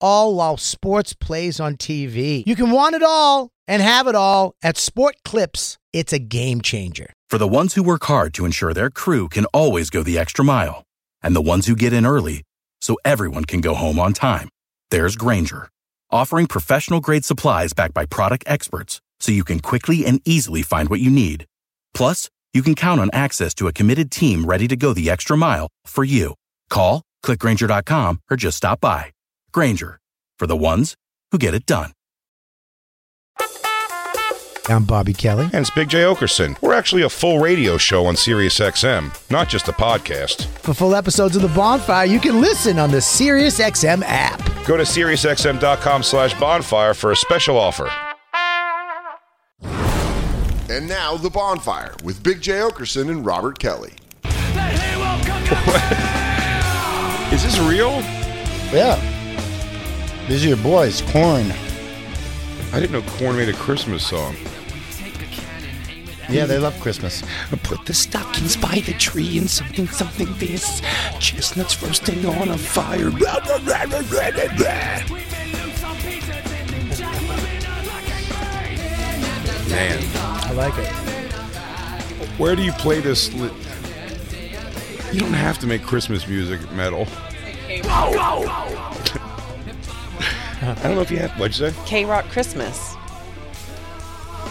all while sports plays on TV. You can want it all and have it all at Sport Clips. It's a game changer. For the ones who work hard to ensure their crew can always go the extra mile, and the ones who get in early so everyone can go home on time, there's Granger, offering professional grade supplies backed by product experts so you can quickly and easily find what you need. Plus, you can count on access to a committed team ready to go the extra mile for you. Call, clickgranger.com, or just stop by. Granger, for the ones who get it done. I'm Bobby Kelly. And it's Big J. Okerson. We're actually a full radio show on SiriusXM, not just a podcast. For full episodes of The Bonfire, you can listen on the SiriusXM app. Go to SiriusXM.com slash bonfire for a special offer. And now the bonfire with Big J Okerson and Robert Kelly. Is this real? Yeah. These are your boys, Corn. I didn't know Corn made a Christmas song. Yeah, they love Christmas. Put the stockings by the tree and something, something this. Chestnuts roasting on a fire. Blah, blah, blah, blah, blah, blah, blah. Man, I like it. where do you play this? Li- you don't have to make Christmas music metal. I don't know if you have. What'd you say? K Rock Christmas.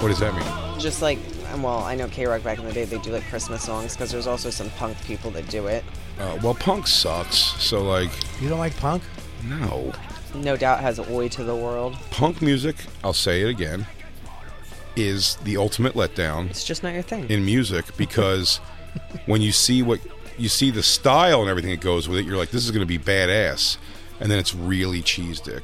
What does that mean? Just like, well, I know K Rock back in the day, they do like Christmas songs because there's also some punk people that do it. Uh, well, punk sucks. So, like, You don't like punk? no. No doubt has Oi to the World. Punk music, I'll say it again, is the ultimate letdown. It's just not your thing. in music because when you see what you see the style and everything that goes with it, you're like, this is going to be badass, and then it's really cheese dick.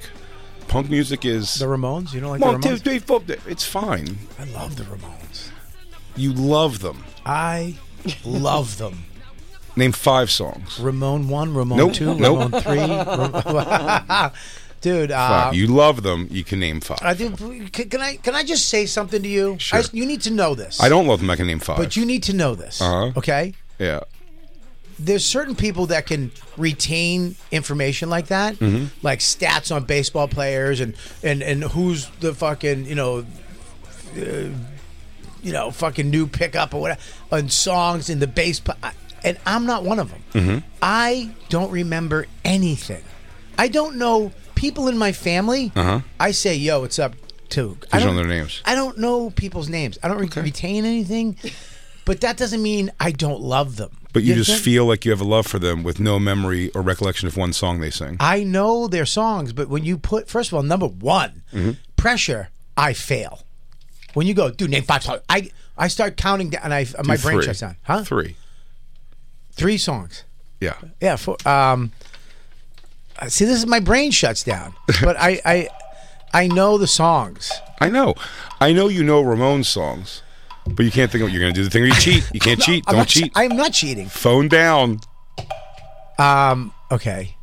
Punk music is The Ramones? You don't like One, the two, Ramones? three, four, it's fine. I love the Ramones. You love them. I love them. Name five songs. Ramone 1, Ramone Nope, 2, nope. Ramone 3. Ram- Dude, uh, Five. you love them. You can name five. I I, think, can, can I can I just say something to you? Sure. I just- you need to know this. don't love them. I can name five. But you need to know this. Uh-huh. Okay? yeah. there's certain people that can retain information like that, Mm-hmm. like stats on baseball players and and and who's the fucking you know. Uh, you know, fucking new pickup or whatever, and songs in the bass. pl- I- And I'm not one of them. Mm-hmm. I don't remember anything. I don't know people in my family. I say, "Yo, what's up?" To I You don't- don't know Uh-huh. their names. I don't know people's names. I don't re- retain anything. But that doesn't mean I don't love them. But you just think? feel like you have a love for them with no memory or recollection of one song they sing. I know their songs, but when you put first of all, number one, Mm-hmm. pressure, I fail. When you go, dude, name five songs. I I start counting down, and I my Do brain three. shuts down. Huh? Three. Three songs. Yeah. Yeah. Four, um. uh, See, this is my brain shuts down, but I I I know the songs. I know. I know you know Ramones songs, but you can't think of what you're going to do. The thing where you cheat. You can't cheat. I'm Don't not che- cheat. I'm not cheating. Phone down. Okay.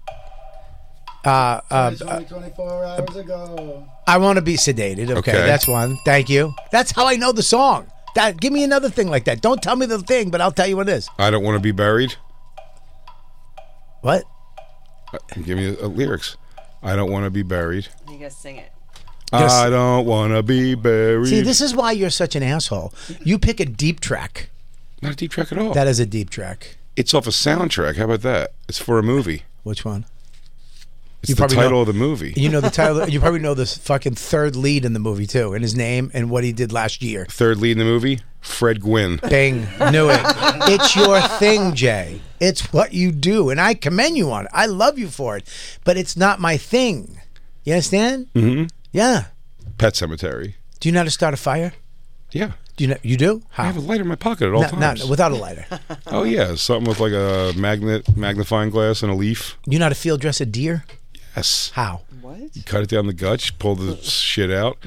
Uh, It's only 24 hours ago. I want to be sedated. Okay, Okay. that's one. Thank you. That's how I know the song. That give me another thing like that. Don't tell me the thing, but I'll tell you what it is. I don't want to be buried. What? Uh, Give me uh, lyrics. I don't want to be buried. You guys sing it. I don't want to be buried. See, this is why you're such an asshole. You pick a deep track. not a deep track at all. That is a deep track. it's off a soundtrack. How about that? It's for a movie. Which one? It's You the probably title know- of the movie. You know the title. you probably know this fucking third lead in the movie too, and his name and what he did last year. Third lead in the movie, Fred Gwynn. Bing, knew it. It's your thing, Jay. It's what you do, and I commend you on it. I love you for it, but it's not my thing. You understand? Mm-hmm. Yeah. Pet Cemetery. Do you know how to start a fire? Yeah. Do you know? You do? How? I have a light in my pocket at all No, no, times. no, without a lighter. oh yeah, something with like a magnet, magnifying glass, and a leaf. You know how to field dress a deer? Yes. How? What? Cut it down the guts, pull the shit out,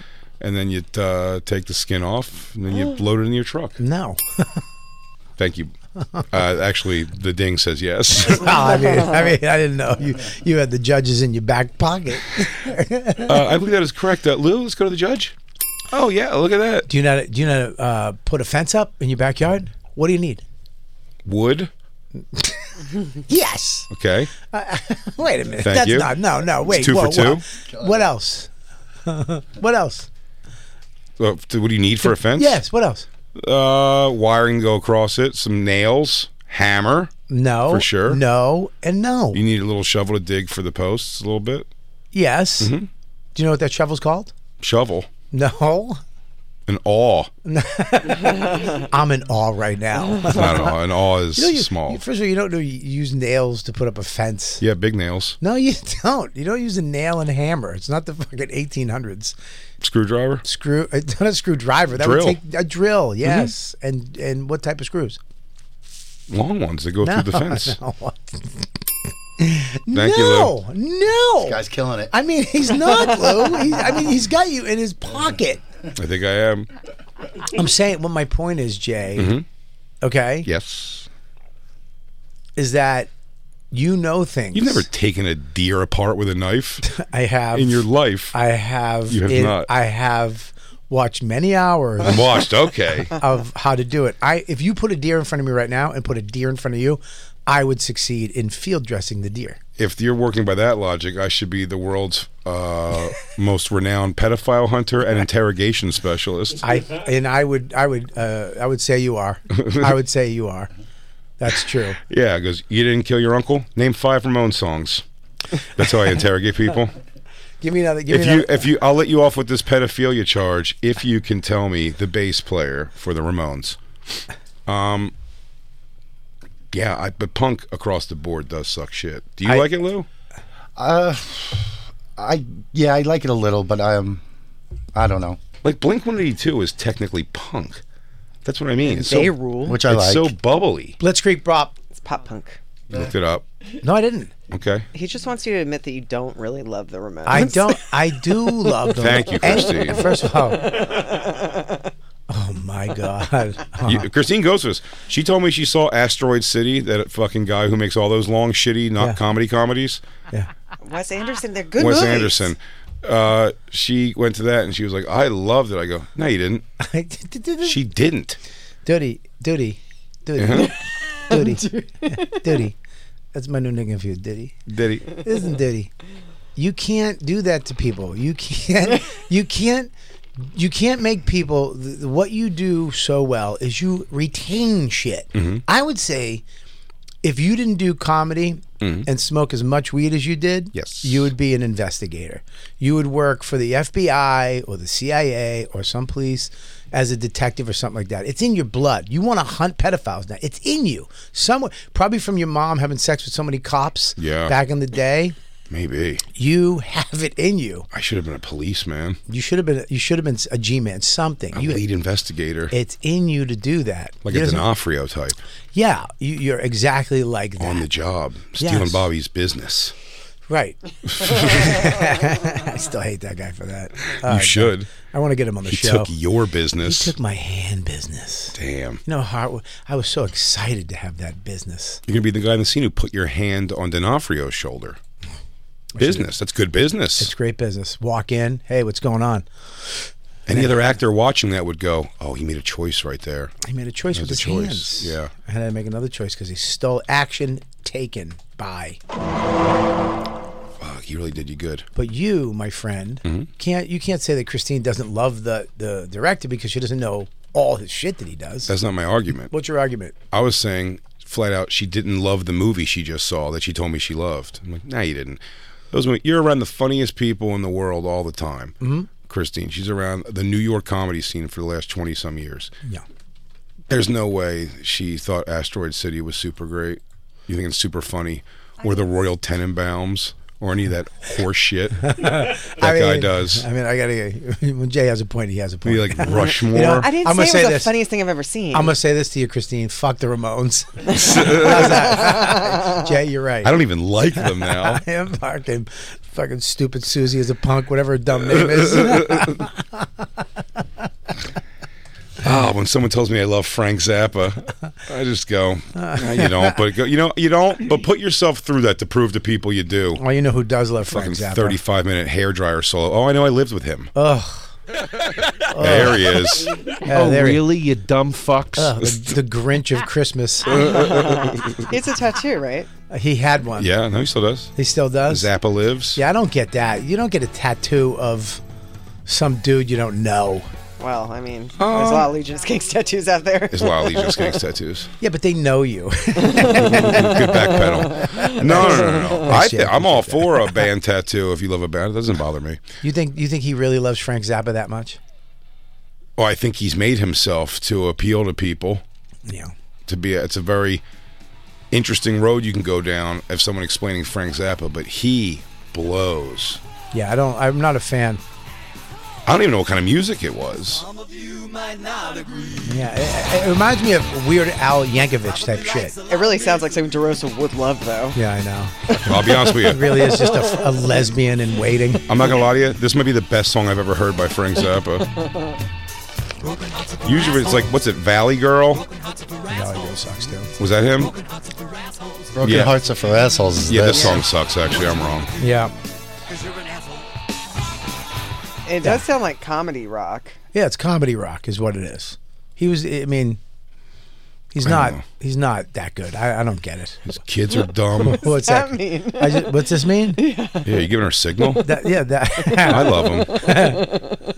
and then you uh, take the skin off, and then you load it in your truck. No. Thank you. Uh, actually, the ding says yes. Well, Oh, I mean, I mean, I didn't know you you had the judges in your back pocket. Uh, I believe that is correct. Uh, Lou, let's go to the judge. Oh yeah, look at that Do you not do you not uh, put a fence up in your backyard? What do you need? wood. Yes. Okay, Wait a minute. Thank That's you. not no no wait. two for whoa, whoa. What else? what else? Uh, what do you need for a fence? Yes. What else? Uh, wiring to go across it, some nails, hammer. No. For sure. No and no. You need a little shovel to dig for the posts a little bit. yes. Mm-hmm. Do you know what that shovel's called? Shovel, No. an awl. I'm in awe right now. It's not an awl. An awl is You know, you- small. you- first of all, you don't know you use nails to put up a fence. yeah, big nails, No, you don't. You don't use a nail and hammer. It's not the fucking 1800s. screwdriver, Screw, uh, not a screwdriver. That Drill. Mm-hmm. would take a drill. Yes, and and what type of screws? long ones that go through the fence. No, Thank you, Lou. no, no. Guy's killing it. I mean, he's not Lou. He's, I mean, he's got you in his pocket. I think I am. I'm saying what my point is, Jay. Mm-hmm. Okay, Yes. is that you know things. You've never taken a deer apart with a knife I have in your life. I have. You have it- not. I have watched many hours I'm washed. Okay. of how to do it. I if you put a deer in front of me right now and put a deer in front of you, I would succeed in field dressing the deer. if you're working by that logic, I should be the world's uh, most renowned pedophile hunter and interrogation specialist. I and I would I would uh, I would say you are. I would say you are. That's true. yeah, because you didn't kill your uncle. Name five Ramon songs. That's how I interrogate people. Give me another. Give If me you, another. if you, I'll let you off with this pedophilia charge if you can tell me the bass player for the Ramones. Um, yeah, I, but punk across the board does suck shit. Do you I- like it, Lou? Uh, I yeah, I like it a little, but um, I don't know, Like Blink One Eighty Two is technically punk. That's what I mean. It's They so, rule. which I it's like. so bubbly. Blitz Creek Bop. It's pop punk. Looked it up. No, I didn't. Okay. He just wants you to admit that you don't really love the Ramones. I don't. I do love them. Thank you, And- Christine. first of all. Oh my God. You, Christine goes with us. She told me she saw Asteroid City, that fucking guy who makes all those long, shitty, not Yeah. comedy comedies. Yeah. Wes Anderson, they're good Wes movies. Anderson. Uh, she went to that and she was like, I loved it. I go, No, you didn't. She didn't. Duty, duty, duty, Uh-huh. duty, duty. That's my new nickname for you, duty. Did he? Isn't duty? You can't do that to people. You can't. You can't. You can't make people. th- What you do so well is you retain shit. I would say, if you didn't do comedy and smoke as much weed as you did, Yes. you would be an investigator. You would work for the FBI or the CIA or some police as a detective or something like that. It's in your blood. You want to hunt pedophiles now. It's in you. Somewhere, probably from your mom having sex with so many cops Yeah. back in the day. Maybe. You have it in you. I should have been a policeman, You should have been. You should have been a G-man. Something. a You, lead investigator, it's in you to do that. like You a doesn't- D'Onofrio type, Yeah, you, you're exactly like that. on the job, stealing Yes. Bobby's business. Right. I still hate that guy for that. Uh, you should. I want to get him on the He show. took your he business. took my hand business. Damn. You know, how hard. I was so excited to have that business. You're gonna be the guy in the scene who put your hand on D'Onofrio's shoulder. Business. That's good business. It's great business. Walk in. Hey, what's going on? Any other actor watching that would go, "Oh, he made a choice right there." I made a choice with There's a his choice, hands. yeah. I had to make another choice because he stole action taken by. Fuck, he really did you good. But you, my friend, Mm-hmm. can't you can't say that Christine doesn't love the the director because she doesn't know all his shit that he does. That's not my argument. What's your argument? I was saying flat out, she didn't love the movie she just saw that she told me she loved. I'm like, "No, you didn't." Those mo- you're around the funniest people in the world all the time. Mm-hmm. Christine, she's around the New York comedy scene for the last twenty some years. Yeah. There's no way she thought Asteroid City was super great. You think it's super funny, or the Royal Tenenbaums, or any of that horse shit that I mean, guy does. I mean, I gotta. When Jay has a point, he has a point. Be like Rushmore. I didn't I'm say gonna it was say the this. funniest thing I've ever seen. I'm gonna say this to you, Christine. Fuck the Ramones. How's that? Jay, you're right. I don't even like them now. I am fucking, fucking stupid Susie is a punk, whatever her dumb name is. Ah, when someone tells me I love Frank Zappa, I just go, "No, you don't, but go, you know, you don't, but put yourself through that to prove to people you do. well, you know who does love Fucking Frank Zappa? 35 minute hair dryer solo. Oh, I know I lived with him. Ugh. There he is. Yeah, oh, there he- really? You dumb fucks. Ugh, the, the Grinch of Christmas. it's a tattoo, right? he had one. Uh, Yeah, no, he still does. He still does. Zappa lives. Yeah, I don't get that. You don't get a tattoo of some dude you don't know. Well, I mean, there's a lot of Legion of Kings tattoos out there. There's a lot of Legion of Skanks tattoos. Yeah, but they know you. Good back pedal. No, no, no, no. no. I Jay. th- I'm all for a band tattoo if you love a band. It doesn't bother me. you think you think he really loves Frank Zappa that much? Well, Oh, I think he's made himself to appeal to people. Yeah. to be a, it's a very interesting road you can go down if someone explaining Frank Zappa, but he blows. Yeah, I don't. I'm not a fan. I don't even know what kind of music it was. Yeah, it, it reminds me of Weird Al Yankovic type shit. It really sounds like something DeRosa would love, though. Yeah, I know. I'll be honest with It you. really is just a, a lesbian in waiting. I'm not gonna lie to you. This might be the best song I've ever heard by Frank Zappa. Usually it's like, what's it, Valley Girl? No, it really sucks too. Was that him? Broken Yeah. Hearts Are for Assholes. Is Yeah, this this song sucks. Actually, I'm wrong. Yeah, It does sound like comedy rock. yeah, it's comedy rock is what it is. He was. I mean, he's I not. know. He's not that good. I, I don't get it. His kids are dumb. What's That that? mean? I just, what's this mean? Yeah, you giving her a signal? That, yeah, I that. love him.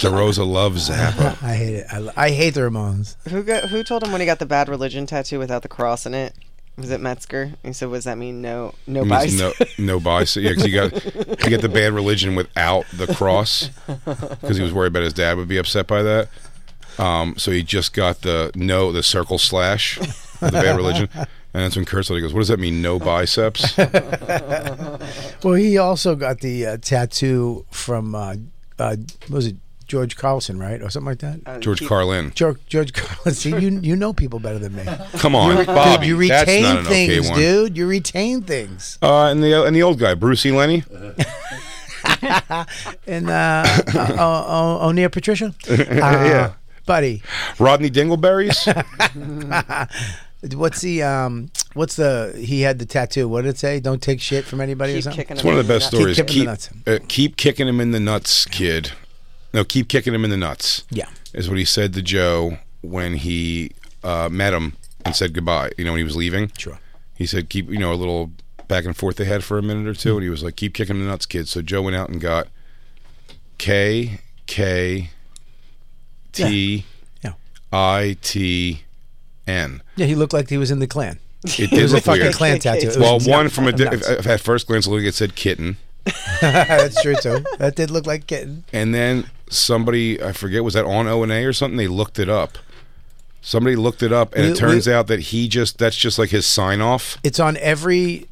DeRosa loves Zappa. I hate it. I, I hate the Ramones. Who got, who told him when he got the bad religion tattoo without the cross in it? Was it Metzger? He said, "Was that mean no no It means bias?" no, no bias. Yeah, because you got you get the bad religion without the cross, because he was worried about his dad would be upset by that. Um, so he just got the no, the circle slash, of the bad religion, and that's when Kurt's like, "Goes, what does that mean? No biceps? Well, he also got the uh, tattoo from uh, uh, what was it George Carlson, right, or something like that? George Carlin, George, Uh, George Carlin. See, you you know people better than me. come on, Bobby, dude, you that's retain not an things, okay one." dude. You retain things. Uh, and the and the old guy, Brucey Lenny. And uh, uh, o- O- O'Neill Patricia, uh, yeah, buddy. Rodney Dingleberries. What's the um? What's the? He had the tattoo. What did it say? Don't take shit from anybody or Keep something. kicking It's him one of in the best nuts. stories. kicking keep, him in uh, keep kicking him in the nuts, kid. No, keep kicking him in the nuts. Yeah. Is what he said to Joe when he uh, met him and said goodbye. You know, when he was leaving. Sure. He said, keep, you know, a little back and forth they had for a minute or two. And he was like, keep kicking him in the nuts, kid. So Joe went out and got K, K, T, Yeah. I, T, N. Yeah, he looked like he was in the clan. It It did was a look fucking weird. clan tattoo. It Well, was one from a, di- nuts. if, if at first glance, it looked like it said kitten. That's true too. That did look like kitten. And then somebody, I forget, was that on O and A or something? They looked it up. Somebody looked it up, and We- it turns we- out that he just—that's just like his sign off. It's on every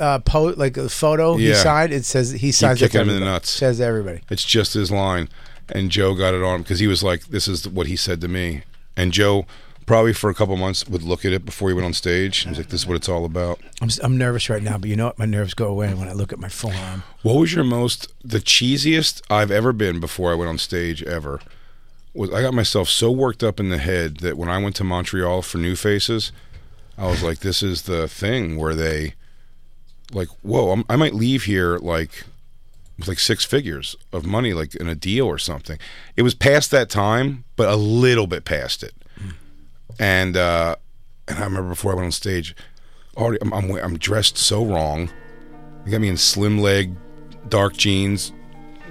uh, po- like a photo he Yeah. signed. It says he signs it to kicking him in the everybody. nuts. Says to everybody. It's just his line. And Joe got it on because he was like, "This is what he said to me." And Joe, probably for a couple months, would look at it before he went on stage. He was like, "This is what it's all about." I'm, s- I'm nervous right now, but you know what? My nerves go away when I look at my forearm. What was your most the cheesiest I've ever been before I went on stage ever? Was I got myself so worked up in the head that when I went to Montreal for New Faces, I was like, "This is the thing where they, like, whoa, I'm, I might leave here like with like six figures of money, like in a deal or something." It was past that time, but a little bit past it, and uh, and I remember before I went on stage, already I'm I'm, I'm dressed so wrong. They got me in slim leg, dark jeans,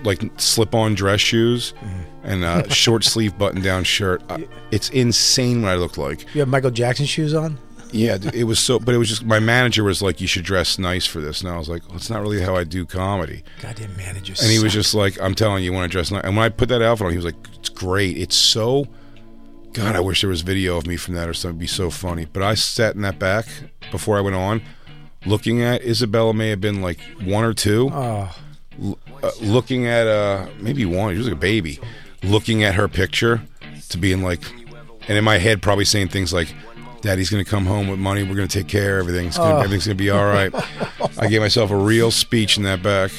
like slip on dress shoes, and a short sleeve button down shirt. I, it's insane what I looked like. You have Michael Jackson shoes on. Yeah, it was so, but it was just my manager was like, "You should dress nice for this," and I was like, well, "It's not really how I do comedy." Goddamn managers. And he was just like, "I'm telling you, you want to dress nice." And when I put that outfit on, he was like, "It's great. It's so." God, I wish there was video of me from that or something. It'd be so funny. But I sat in that back before I went on, Looking at Isabella may have been like one or two. L- uh, looking at uh maybe one. She was like a baby. Looking at her picture to being like, and in my head probably saying things like, "Daddy's gonna come home with money. We're gonna take care of everything. It's gonna, Everything's gonna be all right." I gave myself a real speech in that back.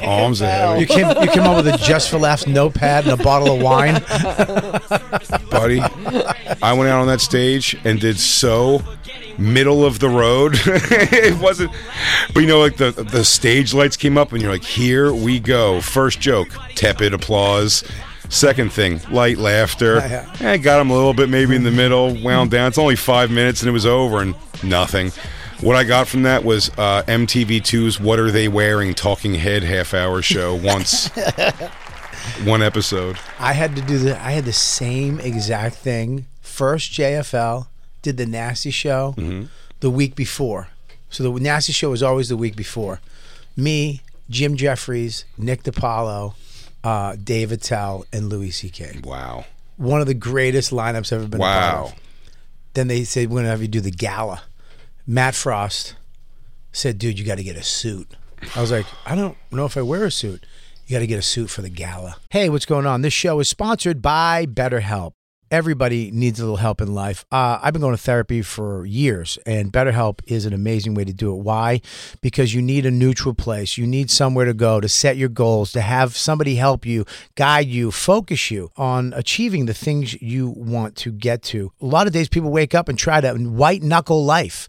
Arms are heavy, You came, you came up with a just for laughs notepad and a bottle of wine. buddy. I went out on that stage and did so middle of the road. it wasn't, but you know, like the the stage lights came up and you're like, here we go. First joke, tepid applause. Second thing, light laughter. Yeah. Eh, got him a little bit maybe in the middle, wound down. It's only five minutes and it was over and nothing. What I got from that was uh, MTV2's What Are They Wearing Talking Head half hour show once, one episode. I had to do the I had the same exact thing. First JFL did the nasty show the week before. So the nasty show was always the week before. Me, Jim Jeffries, Nick DiPaolo, uh, Dave Attell, and Louis C.K. Wow. One of the greatest lineups I've ever been a part of. Wow. Then they said, We're going to have you do the gala. Matt Frost said, Dude, you got to get a suit. I was like, I don't know if I wear a suit. You got to get a suit for the gala. Hey, what's going on? This show is sponsored by BetterHelp. Everybody needs a little help in life. Uh, I've been going to therapy for years, and BetterHelp is an amazing way to do it. Why? Because you need a neutral place. You need somewhere to go to set your goals, to have somebody help you, guide you, focus you on achieving the things you want to get to. A lot of days people wake up and try to white knuckle life.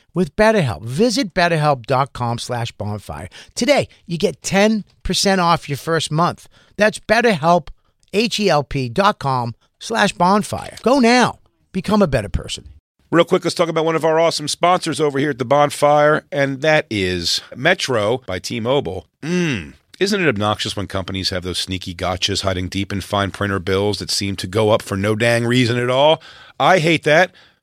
with BetterHelp. Visit betterhelp.com slash bonfire. Today, you get 10% off your first month. That's betterhelp, H-E-L-P dot com slash bonfire. Go now. Become a better person. Real quick, let's talk about one of our awesome sponsors over here at the bonfire, and that is Metro by T Mobile. Mmm. Isn't it obnoxious when companies have those sneaky gotchas hiding deep in fine printer bills that seem to go up for no dang reason at all? I hate that.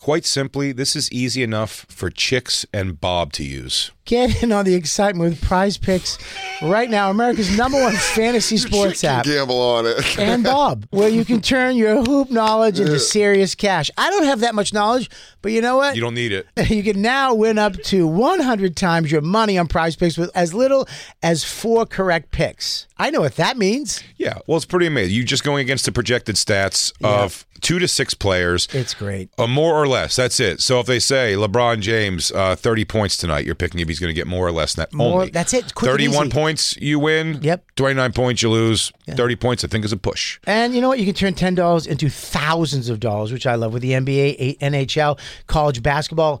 Quite simply, this is easy enough for chicks and Bob to use. Get in on the excitement with prize picks right now. America's number one fantasy sports Chick can app. Gamble on it. and Bob, where you can turn your hoop knowledge into serious cash. I don't have that much knowledge, but you know what? You don't need it. You can now win up to 100 times your money on prize picks with as little as four correct picks. I know what that means. Yeah. Well, it's pretty amazing. You're just going against the projected stats of two to six players. It's great. Uh, more or less. That's it. So if they say LeBron James, uh, 30 points tonight, you're picking if he's going to get more or less than that. More- only. that's it. Quick and 31 easy. points, you win. Yep. 29 points, you lose. 30 points, I think, is a push. And you know what? You can turn ten dollars into thousands of dollars, which I love with the NBA, A- NHL, college basketball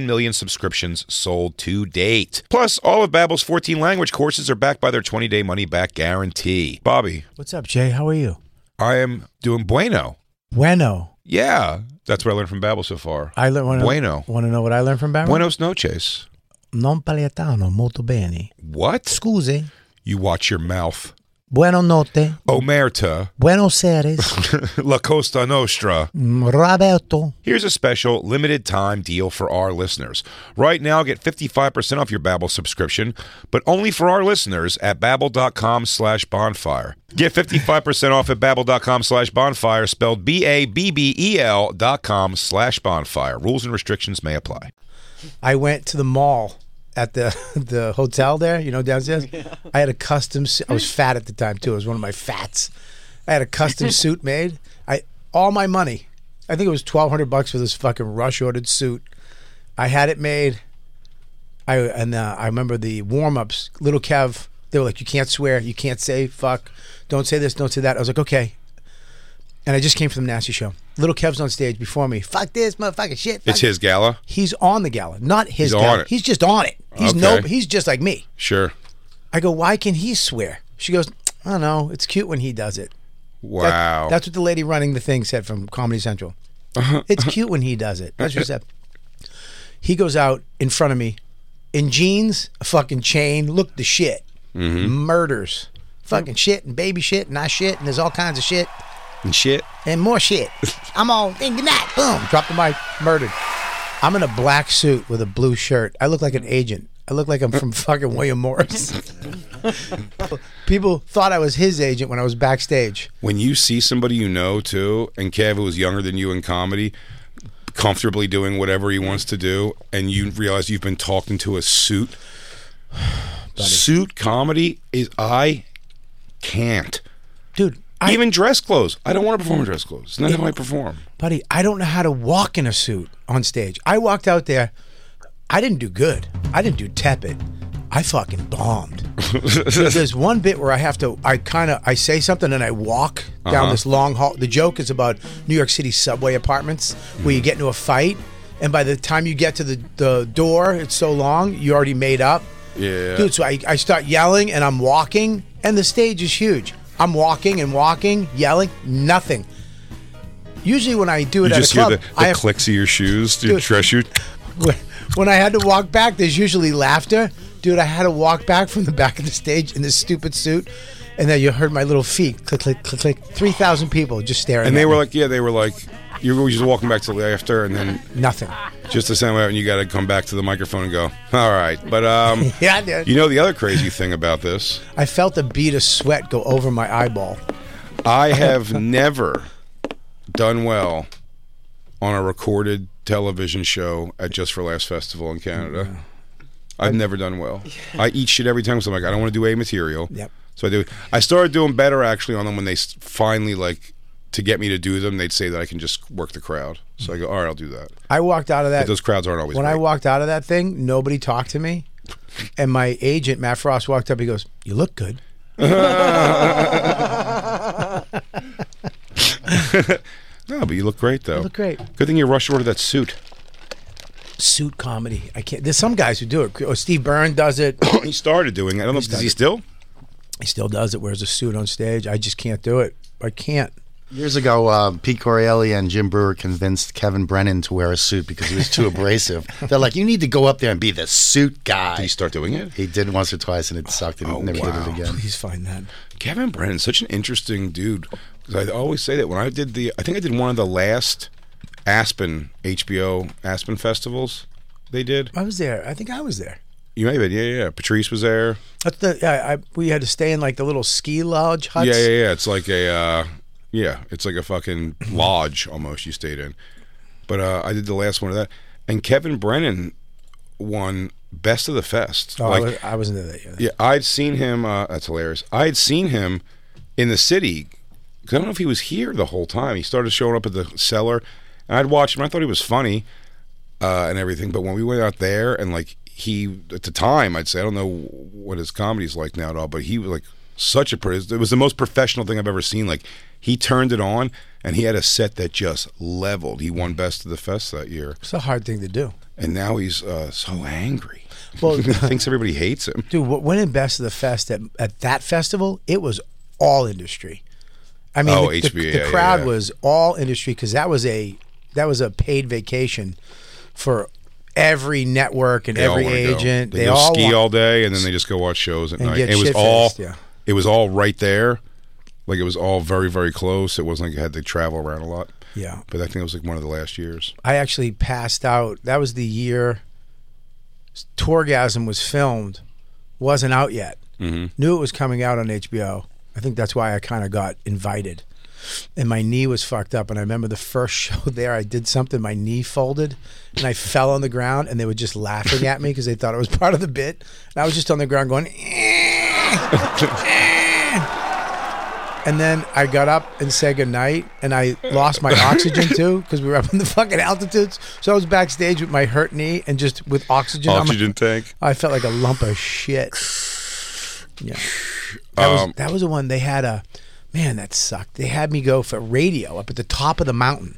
million subscriptions sold to date. Plus, all of Babbel's 14 language courses are backed by their 20-day money-back guarantee. Bobby, What's up, Jay? How are you? I am doing bueno. Bueno. Yeah, that's what I learned from Babbel so far. I learned wanna- bueno. Want to know what I learned from Barry? Buenos noches. Non paliatano, molto bene. What? Scusi. You watch your mouth. Buono notte. Omerta, Buenos Aires. La Costa Nostra. Roberto. Here's a special limited time deal for our listeners. Right now, get 55% off your Babbel subscription, but only for our listeners at babbel.com slash bonfire. Get 55% off at babbel.com slash bonfire, spelled B-A-B-B-E-L E dot com slash bonfire. Rules and restrictions may apply. I went to the mall at the the hotel there, you know, downstairs. I had a custom suit. I was fat at the time too. It was one of my fats. I had a custom suit made. I all my money. I think it was twelve hundred bucks for this fucking rush ordered suit. I had it made. I and uh, I remember the warm ups. Little Kev, they were like, "You can't swear. You can't say fuck. Don't say this. Don't say that." I was like, "Okay." And I just came from the nasty show. Little Kev's on stage before me. Fuck this motherfucking shit. fuck It's his gala? He's on the gala, not his He's on gala. it. He's just on it. He's no. Okay. He's just like me. Sure. I go, why can he swear? She goes, I don't know. It's cute when he does it. That- Wow. Uh-huh. that's what the lady running the thing said from Comedy Central. it's cute when he does it. That's what she said. He goes out in front of me in jeans, a fucking chain, look the shit, Mm-hmm. murders, fucking shit and baby shit and I shit and there's all kinds of shit and shit. and more shit. I'm all thing tonight. Boom. Drop the mic. Murdered. I'm in a black suit with a blue shirt. I look like an agent. I look like I'm from fucking William Morris. People thought I was his agent when I was backstage. When you see somebody you know, too, and Kev, who was younger than you in comedy, comfortably doing whatever he wants to do, and you realize you've been talked into a suit. Suit comedy is I can't. Dude, I, Even dress clothes. I don't want to perform in dress clothes. It's not how I perform. buddy, I don't know how to walk in a suit on stage. I walked out there. I didn't do good. I didn't do tepid. I fucking bombed. There's one bit where I have to, I kind of, I say something and I walk down this long hall. The joke is about New York City subway apartments where you get into a fight, and by the time you get to the, the door, it's so long, you already made up. Yeah. Dude, so I, I start yelling and I'm walking, and the stage is huge. I'm walking and walking, yelling, nothing. Usually when I do it You at just a club, hear the, I the have- clicks of your shoes, your Dude. dress shoe. when- when I had to walk back, there's usually laughter. Dude, I had to walk back from the back of the stage in this stupid suit, and then you heard my little feet click, click, click, click. Three thousand people just staring. And at they were me. like, yeah, they were like, you were just walking back to the after, and then nothing. just to sound out, and you got to come back to the microphone and go, all right. But um, Yeah, I did. you know the other crazy thing about this? I felt a bead of sweat go over my eyeball. I have never done well on a recorded television show at Just for Last Festival in Canada. Mm-hmm. I've never done well. I eat shit every time. So I'm like, I don't want to do A material. Yep. So I do. I started doing better actually on them when they s- finally like to get me to do them. They'd say that I can just work the crowd. So I go, all right, I'll do that. I walked out of that. But those crowds aren't always when I great. walked out of that thing, nobody talked to me. And my agent, Matt Frost, walked up. He goes, You look good. No, but you look great though. look great. Good thing you rush ordered that suit. Suit comedy. I can't. There's some guys who do it. Or Steve Byrne does it. he started doing it. I don't know. Does he still? he still does it, wears a suit on stage. I just can't do it. I can't. Years ago, uh, Pete Corielli and Jim Brewer convinced Kevin Brennan to wear a suit because he was too abrasive. They're like, you need to go up there and be the suit guy. Did he start doing it? He did once or twice, and it sucked, and he Oh, never wow. did it again. Please find that. Kevin Brennan's such an interesting dude. 'Cause I always say that when I did the, I think I did one of the last Aspen HBO Aspen festivals they did. I was there. I think I was there. You may have been, yeah, yeah. yeah. Patrice was there. That's the yeah. I, we had to stay in like the little ski lodge huts. Yeah, yeah, yeah. It's like a, uh, yeah, it's like a fucking lodge almost you stayed in. But uh, I did the last one of that, and Kevin Brennan won Best of the Fest. Oh, Like, I, was, I wasn't there that year. Yeah, I'd seen him. Uh, that's hilarious. I had seen him in the city. 'Cause I don't know if he was here the whole time. He started showing up at the cellar, and I'd watched him. I thought he was funny uh, and everything. But when we went out there, and like he at the time, I'd say I don't know what his comedy's like now at all, but he was like such a. pro- It was the most professional thing I've ever seen. Like he turned it on, and he had a set that just leveled. He won best of the fest that year, It's a hard thing to do, and now he's uh, so angry. Well- he thinks everybody hates him. dude. What went in best of the fest at at that festival? It was all industry. I mean, Oh, the, the- HBA, the yeah, crowd yeah. was all industry because that was a that was a paid vacation for every network and They all every wanna go. agent. They, They, go all ski want- all day, and then they just go watch shows at And night. get It was shit all, faced, yeah. it was all right there. Like it was all very, very close. It wasn't like I had to travel around a lot. Yeah. but I think it was like one of the last years. I actually passed out. That was the year Torgasm was filmed, wasn't out yet. Mm-hmm. Knew it was coming out on HBO. I think that's why I kind of got invited. And my knee was fucked up. And I remember the first show there, I did something, my knee folded and I fell on the ground and they were just laughing at me because they thought it was part of the bit. And I was just on the ground going, "Eh, And then I got up and said goodnight, and I lost my oxygen too because we were up in the fucking altitudes. So I was backstage with my hurt knee and just with oxygen. on my- Oxygen tank. Oh, I felt like a lump of shit. Yeah, that was Um, that was the one they had a man that sucked. They had me go for radio up at the top of the mountain.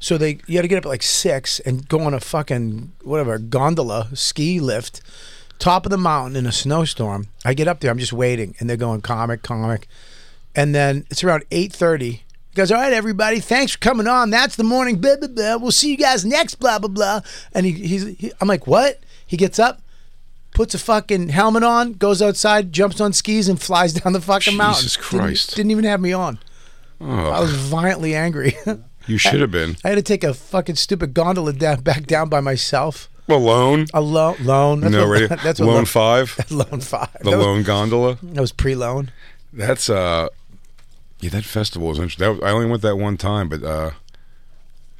so they you had to get up at like six and go on a fucking whatever gondola ski lift, top of the mountain in a snowstorm. I get up there, I'm just waiting, and they're going comic, comic, and then it's around eight thirty. He goes, all right, everybody, thanks for coming on. That's the morning, blah, blah, blah. We'll see you guys next, blah, blah, blah. And he, he's, he, I'm like, what? He gets up, puts a fucking helmet on, goes outside, jumps on skis, and flies down the fucking Jesus mountain. Christ. Didn't, e-, didn't even have me on. I was violently angry. Uh, You should have been I had to take a fucking stupid gondola down, back down by myself. alone. Alone, lone. That's No, what, radio. That's what Lone lone, Five, lone five. the that, was, Lone Gondola. that was pre-loan. That's uh, yeah, that festival was interesting. That was, I only went that one time, but uh,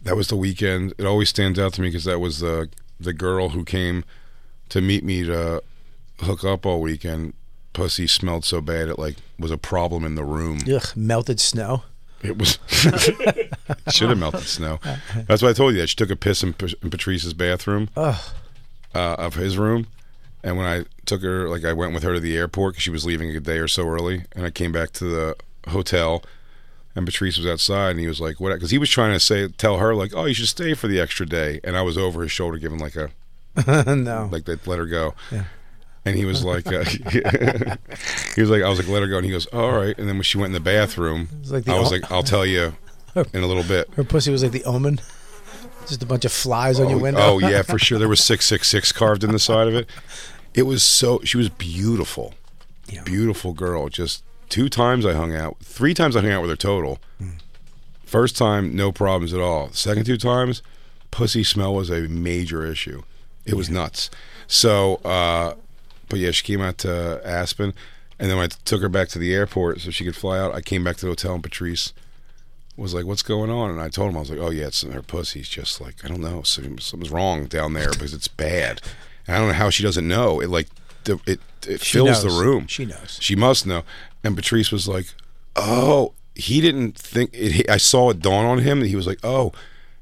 that was the weekend. It always stands out to me because that was the the girl who came to meet me to hook up all weekend. Pussy smelled so bad it like was a problem in the room. Ugh, melted snow. It was should have melted snow. That's why I told you that she took a piss in, Pat- in Patrice's bathroom uh, of his room. And when I took her, like I went with her to the airport because she was leaving a day or so early, and I came back to the hotel, and Patrice was outside, and he was like, "What?" Because he was trying to say, tell her like, "Oh, you should stay for the extra day," and I was over his shoulder giving like a no. like they let her go. And he was like, uh, he was like, I was like, let her go. And he goes, all right. And then when she went in the bathroom, like the I al- was like, I'll tell you in a little bit. Her pussy was like the omen. Just a bunch of flies on your Oh, window. Oh yeah, for sure. There was six six six carved in the side of it. It was so she was beautiful, beautiful girl. Just two times I hung out, three times I hung out with her total. Hmm. First time, no problems at all. Second two times, pussy smell was a major issue. It was nuts. So, uh, but yeah, she came out to Aspen, and then when I took her back to the airport so she could fly out. I came back to the hotel, and Patrice was like, "What's going on?" And I told him, I was like, "Oh yeah, it's her pussy's just like I don't know, something, something's wrong down there because it's bad." And I don't know how she doesn't know. It like the, it it She knows. fills the room. She knows. She must know. And Patrice was like, "Oh, he didn't think it." He, I saw it dawn on him, and he was like, "Oh,"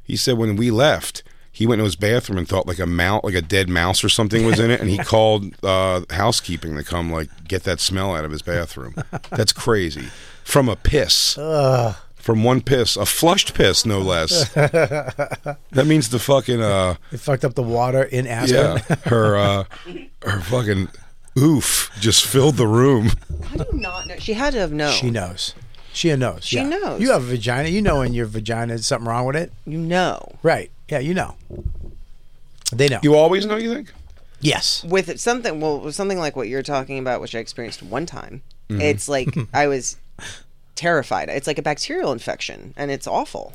he said when we left. He went to his bathroom and thought like a mouse, like a dead mouse or something was in it, and he called uh, housekeeping to come like get that smell out of his bathroom. That's crazy, from a piss from one piss, a flushed piss, no less. that means the fucking uh, It fucked up the water in yeah, Aspen. her uh, her fucking oof just filled the room. How do you not know? She had to have known. She knows. She knows. She yeah. knows. You have a vagina. You know in your vagina is something wrong with it. You know. Right. Yeah, you know. They know. You always know, you think? yes. with it- something well with something like what you're talking about which i experienced one time Mm-hmm. it's like i was terrified it's like a bacterial infection and it's awful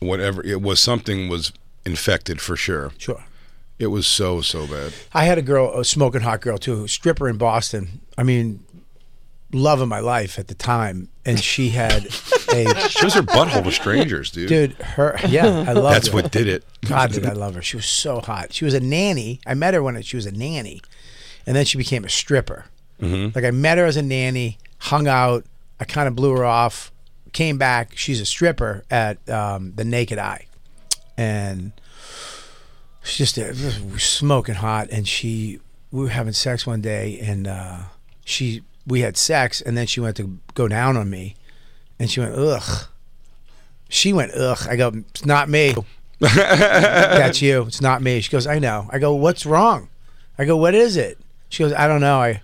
Whatever it was, something was infected for sure. Sure. It was so so bad. I had a girl, a smoking hot girl too, stripper in Boston. I mean, love of my life at the time, and she had a She was her butthole to strangers, dude. dude. Her, yeah, I love. That's her. what did it. God, did I love her? She was so hot. She was a nanny. I met her when she was a nanny, and then she became a stripper. Like I met her as a nanny, hung out. I kind of blew her off. Came back. She's a stripper at um, the Naked Eye, and she's just a, smoking hot. And she, we were having sex one day, and uh, she, we had sex, and then she went to go down on me, and she went ugh. She went ugh. I go, it's not me. That's you. It's not me. She goes, I know. I go, what's wrong? I go, what is it? She goes, I don't know. I,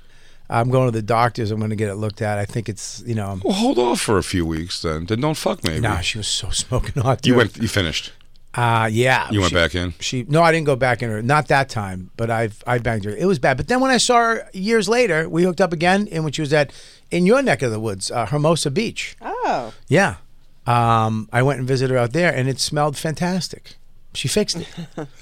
I'm going to the doctors. I'm going to get it looked at. I think it's, you know. I'm- Well, hold off for a few weeks then. Then don't fuck maybe. Nah, she was so smoking hot. you dude. went. You finished. Uh, yeah. You went She- back in? She no, I didn't go back in her. Not that time, but I've I banged her. It was bad. But then when I saw her years later, we hooked up again, and when she was at in your neck of the woods, uh, Hermosa Beach. oh Yeah, um, I went and visited her out there, and it smelled fantastic. She fixed it.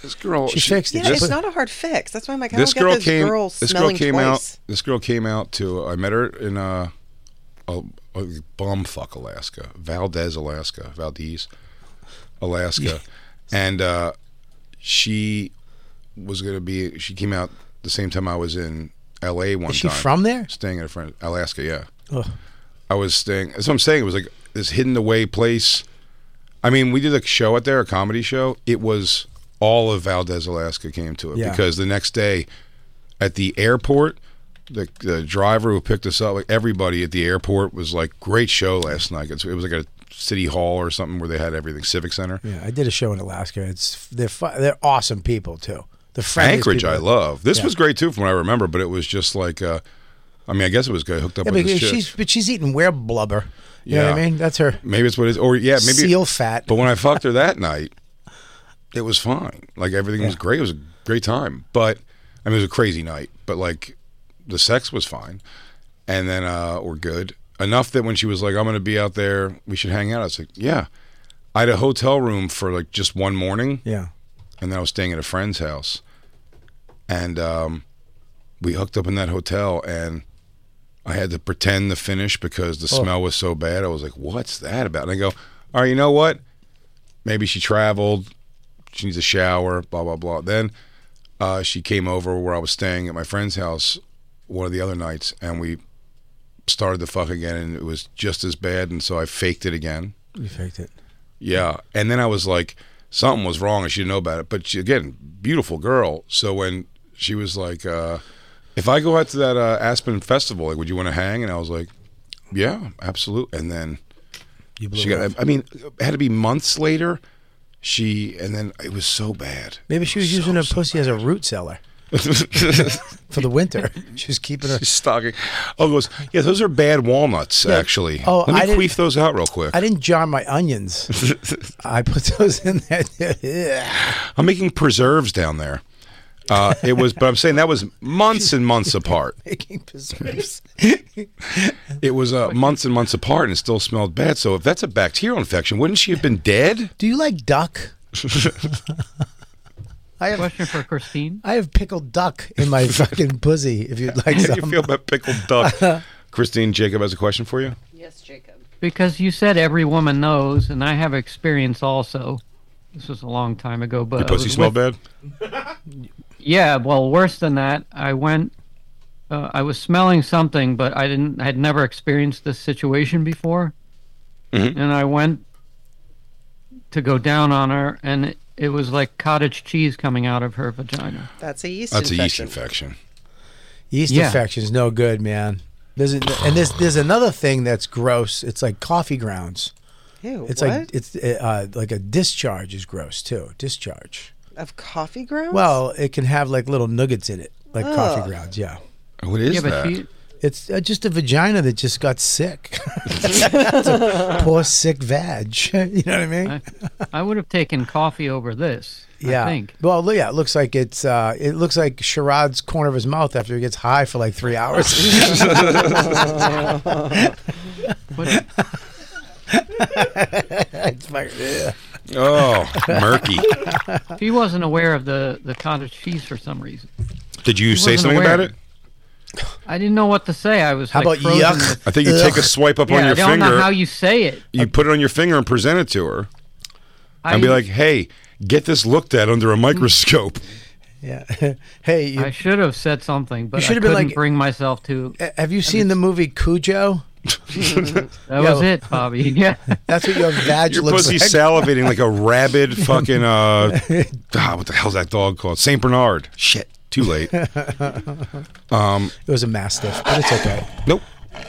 This girl. She fixed it. yeah This- it's not a hard fix that's why i'm like I this don't girl get this came. girl this girl smelling came twice out. This girl came out to. I met her in uh, a, a bumfuck Alaska, Valdez, Alaska, Valdez, Alaska, and uh, she was gonna be. She came out the same time I was in L.A. One Is she time. from there? Staying at a friend, Alaska. Yeah. Ugh. I was staying. That's what I'm saying. It was like this hidden away place. I mean, we did a show out there, a comedy show. It was all of Valdez, Alaska came to it Yeah. because the next day at the airport, the, the driver who picked us up, like everybody at the airport was like, great show last night. It's, it was like a city hall or something where they had everything, Civic Center. Yeah, I did a show in Alaska. It's they're fu- they're awesome people too. The friendliest Anchorage, people. I love. This Yeah. was great too, from what I remember, but it was just like, uh, I mean, I guess it was good. Hooked up Yeah, with but this chick. she's but she's eating where blubber. You know what I Yeah. mean? That's her Maybe it's what it is. Or, yeah, maybe. seal fat. But when I fucked her that night, it was fine. Like everything was great. It was a great time. But I mean, it was a crazy night. But like, the sex was fine, and then uh, we're good enough that when she was like, "I'm going to be out there. We should hang out." I was like, "Yeah." I had a hotel room for like just one morning, Yeah. and then I was staying at a friend's house, and um, we hooked up in that hotel, and I had to pretend to finish because the smell was so bad. I was like, "What's that about?" And I go, "All right, you know what? Maybe she traveled. She needs a shower. Blah blah blah." Then uh, she came over where I was staying at my friend's house one of the other nights, and we started the fuck again, and it was just as bad. And so I faked it again. You faked it. Yeah. And then I was like, something was wrong. and she didn't know about it. But she, again, beautiful girl. So when she was like, uh, if I go out to that uh, Aspen festival, like, would you want to hang? And I was like, yeah, absolutely. And then You blew she it. got, I mean, it had to be months later. She, and then it was so bad. Maybe she was using her pussy as a root cellar for the winter. She was keeping her. She's stocking. Oh, goes, yeah, those are bad walnuts, actually. Oh, Let me I didn't- queef those out real quick. I didn't jar my onions. I put those in there. Yeah. I'm making preserves down there. Uh, it was, but I'm saying that was months and months apart. Making preserves. It was uh, months and months apart, and it still smelled bad. So if that's a bacterial infection, wouldn't she have been dead? Do you like duck? I have Question for Christine. I have pickled duck in my fucking pussy. If you'd like How do you some. feel about pickled duck? Christine Jacob has a question for you. yes jacob because you said every woman knows, and I have experience also. This was a long time ago, but Your I pussy was smell with- bad? Yeah, well, worse than that, I went. Uh, I was smelling something, but I didn't. I had never experienced this situation before, Mm-hmm. and I went to go down on her, and it, it was like cottage cheese coming out of her vagina. That's a yeast That's a yeast infection. infection. Yeast Yeah. infection's no good, man. There's a, and there's there's another thing that's gross. It's like coffee grounds. Ew, It's what? like it's uh, uh, like a discharge is gross too. Discharge. of coffee grounds? Well, it can have like little nuggets in it, like coffee Ugh. grounds. Yeah, What is yeah, but that? she. it's uh, just a vagina that just got sick. It's a poor sick vag. you know what I mean? I, I would have taken coffee over this. yeah. I think. Well, yeah, it looks like it's uh, it looks like Sharad's corner of his mouth after he gets high for like three hours. But it's like, ugh. Oh, murky. she wasn't aware of the the cottage cheese for some reason. Did you say wasn't something aware. about it? I didn't know what to say. I was How like about frozen yuck? with- I think you take a swipe up yeah, on your I don't finger. know how you say it. you put it on your finger and present it to her. I and be like, hey, get this looked at under a microscope. yeah. hey, you, I should have said something, but You I should have couldn't been like- eh, bring myself to. Uh, have you seen the movie Cujo? That Yeah, was well- it, Bobby. Yeah, That's what your vag Your looks pussy like. salivating like a rabid fucking uh ah, what the hell's that dog called? Saint Bernard. Shit. Too late. Um, It was a mastiff, but it's okay. Nope.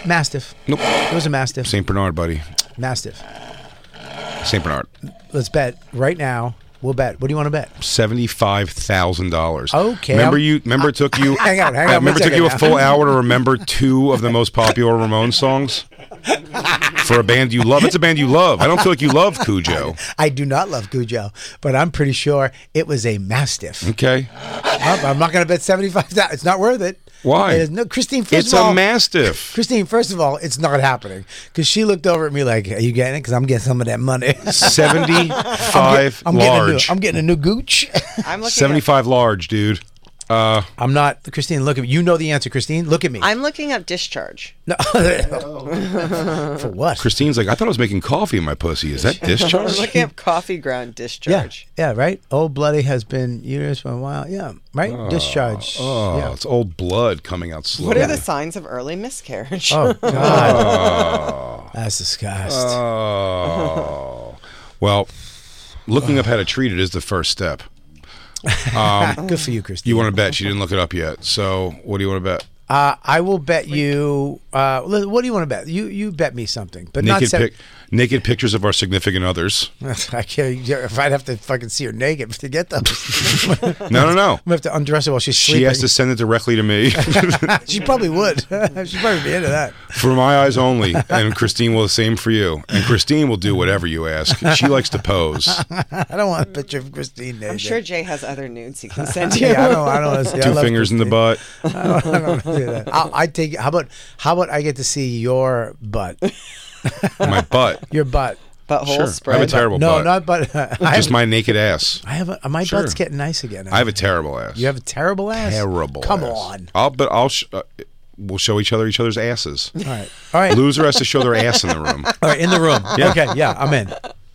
Mastiff. Nope. It was a mastiff. Saint Bernard, buddy. Mastiff. Saint Bernard. Let's bet right now. We'll bet. What do you want to bet? Seventy five thousand dollars. Okay, Remember I'm- you remember it took you Hang on, hang uh, on, one remember it took second you a now. full hour to remember two of the most popular Ramones songs? For a band you love. It's a band you love. I don't feel like you love Cujo. I do not love Cujo, but I'm pretty sure it was a mastiff. Okay. Up, I'm not going to bet seventy five dollars. It's not worth it. Why? It is- no, Christine. First It's of all, a mastiff. Christine, first of all, it's not happening because she looked over at me like, "Are you getting it? Because I'm getting some of that money. Seventy five I'm getting a new. large. I'm getting a new gooch. I'm looking. Up, 75 large, dude. Uh, I'm not. Christine, look at me. You know the answer, Christine. Look at me. I'm looking up discharge. No. For what? Christine's like, I thought I was making coffee in my pussy. Is that I'm discharge? looking up coffee Oh, ground Yeah, discharge. yeah, right. Old bloody has been uterus for a while. Yeah, right. Discharge. Oh, yeah. it's old blood coming out What slowly. are the signs of early miscarriage? Oh God, that's disgusting. Oh. Well, looking up how to treat it is the first step. Good for you, Christine. Oh. You want to bet she didn't look it up yet. So, what do you want to bet? uh, I will bet you. Uh, li- what do you want to bet? You you bet me something, but not Naked se- pic- naked pictures of our significant others. I can't. yeah, If I'd have to fucking see her naked to get those, I'm gonna No, no, no. have to undress her while she's sleeping. She has to send it directly to me she probably would. She'd probably be into that. for my eyes only. And Christine will the same for you. And Christine will do whatever you ask. She likes to pose. I don't want a picture of Christine naked. I'm sure Jay has other nudes he can send you. Yeah, I don't. I don't. wanna see- I Two love fingers in the Christine. butt. I don't, I don't wanna do that. I'll, I take. How about how about I get to see your butt, My butt. your butt. Butthole Sure. I spread. have a terrible no, butt. not butt. I Just have, my naked ass. I have a, my Sure. butt's getting nice again. I have a terrible ass. you have a terrible ass. terrible. Come ass. on. I'll but I'll sh- uh, we'll show each other each other's asses. All right. All right. Loser has to show their ass in the room, All right. In the room. Okay. Yeah. I'm in.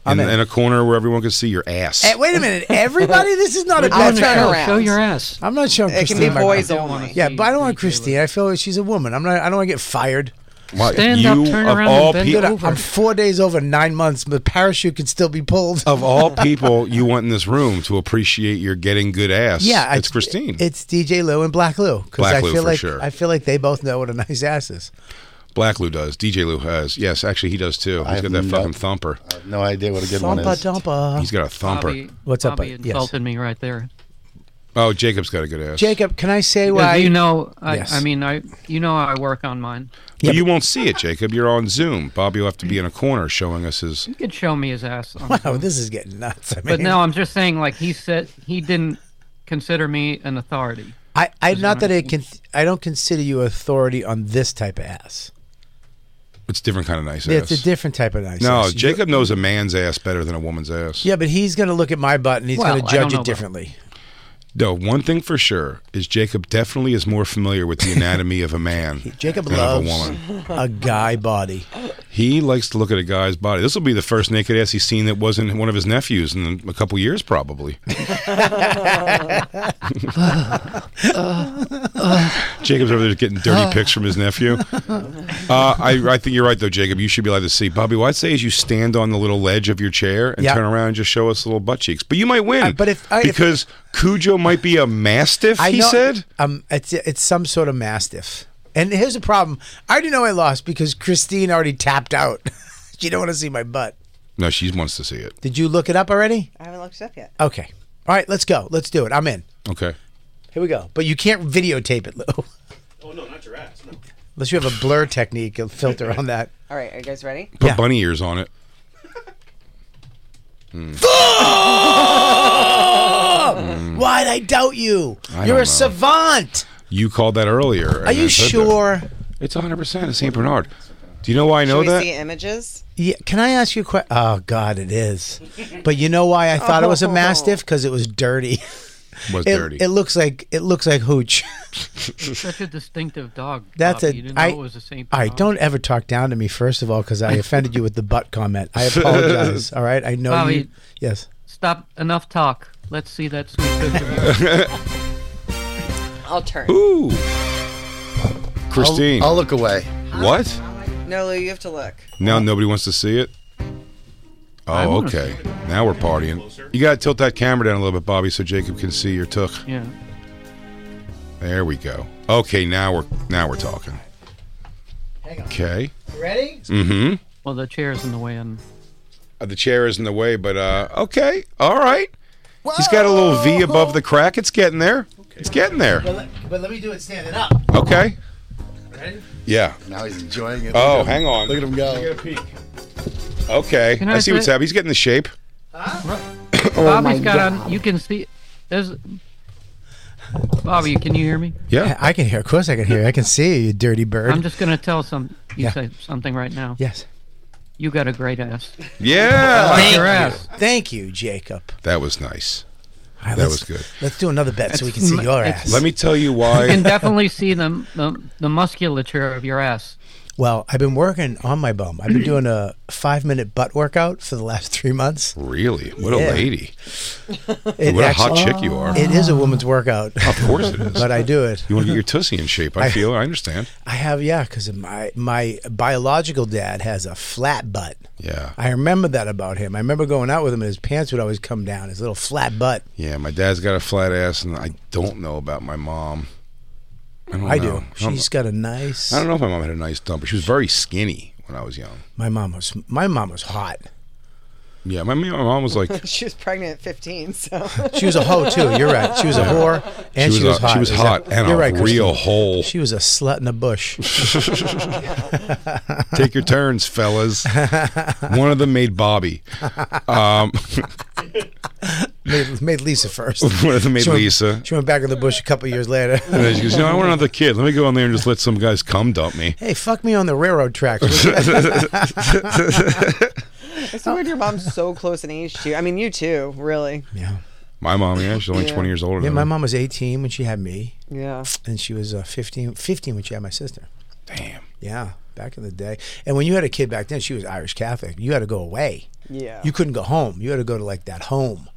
I'm in, in. in a corner where everyone can see your ass. Hey, wait a minute. Everybody, this is not a I'll bad turn show. around. show your ass. I'm not showing It can Christine. be my- boys don't wanna only. Yeah, but I don't want Ridiculous. Christine. I feel like she's a woman. I'm not. I don't want to get fired. Why, Stand you up, turn of around, all and bend people it over. I'm four days over nine months. but The parachute can still be pulled. of all people you want in this room to appreciate your getting good ass. yeah, it's Christine. It's DJ Lou and Black Lou. 'cause Black I Lou feel for like, sure. I feel like they both know what a nice ass is. Black Lou does. DJ Lou has. Yes, actually he does too. He's have got that no- fucking thumper. I have no idea what a good one Thumpa is. dumpa. He's got a thumper. Bobby, What's up, Bobby bud? Yes. insulted me right there. Oh, Jacob's got a good ass. Jacob, can I say 'Cause why? you know, I, Yes. I mean, I you know, I work on mine. But you won't see it, Jacob. You're on Zoom. Bobby will have to be in a corner showing us his. He could show me his ass. On Oh, this is getting nuts. I mean, But no, I'm just saying, like he said, he didn't consider me an authority. I, I not that I can. I don't consider you authority on this type of ass. It's a different kind of nice ass. It's a different type of nice. No, ass. You- Jacob knows a man's ass better than a woman's ass. Yeah, but he's going to look at my butt and he's Well, going to I don't judge it know about- differently. No, one thing for sure is Jacob definitely is more familiar with the anatomy of a man Jacob than loves of a woman. a guy body. He likes to look at a guy's body. This will be the first naked ass he's seen that wasn't one of his nephews in a couple years, probably. Jacob's over there getting dirty pics from his nephew. Uh, I, I think you're right, though, Jacob. You should be allowed to see. Bobby, what I'd say is you stand on the little ledge of your chair and Yeah. turn around and just show us little butt cheeks. But you might win. Uh, but if- I- if- because Cujo might be a mastiff, he said. Um, it's it's some sort of mastiff. And here's the problem: I already know I lost because Christine already tapped out. she don't want to see my butt. No, she wants to see it. Did you look it up already? I haven't looked it up yet. Okay. All right, let's go. Let's do it. I'm in. Okay. Here we go. But you can't videotape it, Lou. Oh no, not your ass. No. Unless you have a blur technique, a filter on that. All right, are you guys ready? Put Yeah. bunny ears on it. Why'd I doubt you? I You're a don't know. savant. You called that earlier. and Are I you said that. sure? It's 100% a St. Bernard. Do you know why I know Should we that? see images? Yeah, can I ask you a question? Oh God, it is. But you know why I thought it was a mastiff? Because it was dirty. Was It, dirty. it looks like it looks like hooch. Such a distinctive dog. That's Bobby. a- You didn't know I- it was the same. Oh. All right, don't ever talk down to me. First of all, because I offended you with the butt comment. I apologize. All right, I know Bobby. you. Yes. stop. Enough talk. Let's see that sweet picture. of yours. I'll turn. Ooh. Christine. I'll look away. what? No, Lou, you have to look. Now nobody wants to see it? I Oh, wanna okay. Now we're partying. You got to tilt that camera down a little bit, Bobby, so Jacob can see your tuck. yeah. There we go. Okay, now we're now we're talking. Okay. Ready? Mm-hmm. Well, the chair's in the way, and Uh, the chair is in the way, but uh, okay, all right. He's got a little V above the crack. It's getting there. It's getting there. But let, but let me do it standing up. Okay. Ready? Yeah. Now he's enjoying it. Oh, hang on. Look at him go. Okay. Can I I see what's say- happening. He's getting the shape. Oh Bobby's got on. You can see. There's. Bobby, can you hear me? Yeah. I can hear. Of course, I can hear. you. I can see you, you dirty bird. I'm just gonna tell some. You Yeah. say something right now. yes. You got a great ass. Yeah. Your ass. Thank you, Jacob. That was nice. All right, That let's- was good. Let's do another bet so we can see your it's- ass. Let me tell you You can why. definitely see the, the the musculature of your ass. Well, I've been working on my bum. I've been doing a five minute butt workout for the last three months. really? What a Yeah. lady. It What a hot actually- chick you are. It is a woman's workout, Of course it is. but I do it. you want to get your tussie in shape. I I- feel. I understand. I have, yeah, because my my biological dad has a flat butt. Yeah. I remember that about him. I remember going out with him, and his pants would always come down, his little flat butt. Yeah. My dad's got a flat ass, and I don't know about my mom. I, don't I know. do. I don't She's got a nice. I don't know if my mom had a nice dump, but she was very skinny when I was young. My mom was my mom was hot. Yeah, my, my mom was like She was pregnant at 15, so She was a hoe too. You're right. She was a whore, and she was, was a- hot. she was Is hot and you're a right, real Christine. hole. She was a slut in a bush. Take your turns, fellas. One of them made Bobby. Um, made, made Lisa first. one of them made She went- Lisa. She went back in the bush a couple years later. And then she goes, "You know, I want another kid. Let me go in there and just let some guys cum dump me." hey, fuck me on the railroad tracks. it's weird your mom's so close in age to you. I mean, you too, really. yeah. My mom, yeah, she's only Yeah. twenty years older. Yeah, than my me. mom was 18 when she had me, Yeah. and she was uh, 15, 15 when she had my sister. Damn. Yeah, back in the day. And when you had a kid back then, she was Irish Catholic. You had to go away. Yeah. You couldn't go home. You had to go to like that home.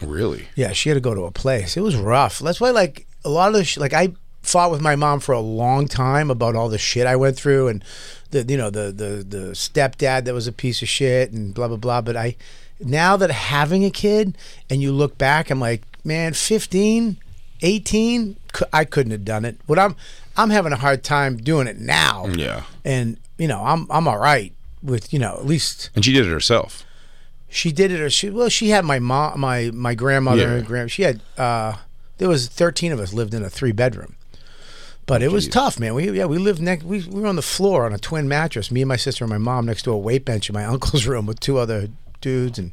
Really? Yeah, she had to go to a place. It was rough. That's why, like, a lot of the sh- like I fought with my mom for a long time about all the shit I went through and the you know the the the stepdad that was a piece of shit and blah blah blah. But I now that having a kid and you look back, I'm like, man, 15, 18, cou- I couldn't have done it. What I'm I'm having a hard time doing it now. Yeah. and you know I'm I'm all right with you know at least And she did it herself. she did it or she well she had my mom my my grandmother Yeah. and grand she had uh there was 13 of us lived in a three bedroom but it was tough man we yeah we lived next we, we were on the floor on a twin mattress me and my sister and my mom next to a weight bench in my uncle's room with two other dudes and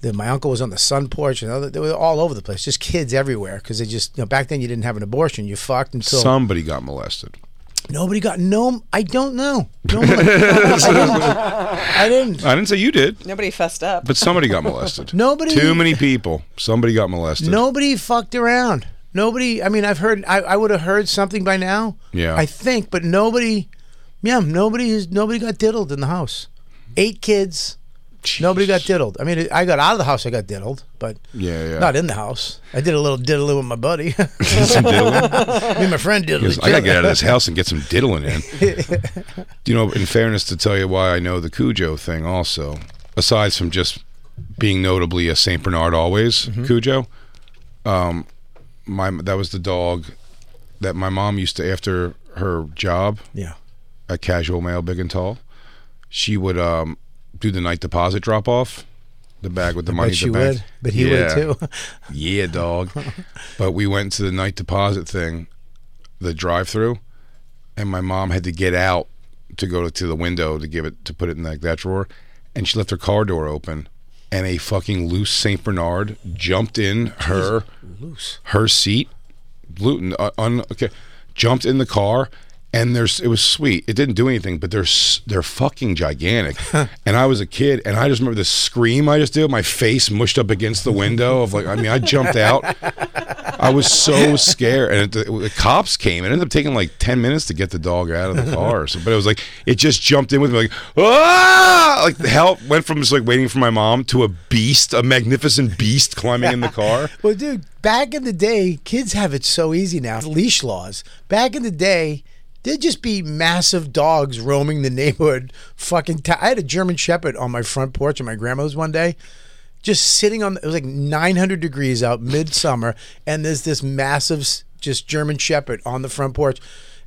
then my uncle was on the sun porch and other they were all over the place just kids everywhere because they just you know back then you didn't have an abortion you fucked until Somebody got molested. nobody got no I don't know no one- I didn't- I didn't I didn't say you did, Nobody fessed up. but somebody got molested. Nobody- Too many people. Somebody got molested. Nobody fucked around. Nobody. I mean, I've heard. I, I would have heard something by now. Yeah. I think, but nobody Yeah, nobody is nobody got diddled in the house. Eight kids. Nobody got diddled. I mean, I got out of the house. I got diddled, but Yeah, yeah. not in the house. I did a little diddling with my buddy. Me Some diddling. and my friend diddled. Because each I gotta other. get out of this house and get some diddling in. you know, in fairness, to tell you why I know the Cujo thing, also, aside from just being notably a Saint Bernard always Mm-hmm. Cujo, um, my that was the dog that my mom used to after her job Yeah. at Casual Mail Big and Tall, she would um, do the night deposit drop off. The bag with the money. But at she the bank. would. But he Yeah. would too. Yeah, dog. but we went to the night deposit thing, the drive-through, and my mom had to get out to go to the window to give it to put it in like that drawer, and she left her car door open, and a fucking loose Saint Bernard jumped in her loose her seat, Luton, uh, un, okay, jumped in the car. And there's, it was sweet. It didn't do anything, but they're s- they're fucking gigantic. and I was a kid, and I just remember the scream I just did. My face mushed up against the window of like, I mean, I jumped out. I was so scared, and it, the cops came. It ended up taking like ten minutes to get the dog out of the car. So, but it was like it just jumped in with me, like ah, like the help went from just like waiting for my mom to a beast, a magnificent beast climbing in the car. Well, dude, back in the day, kids have it so easy now. Leash laws. Back in the day, there'd just be massive dogs roaming the neighborhood. Fucking, t- I had a German Shepherd on my front porch at my grandmother's one day, just sitting on. It was like 900 degrees out, midsummer, and there's this massive, s- just German Shepherd on the front porch.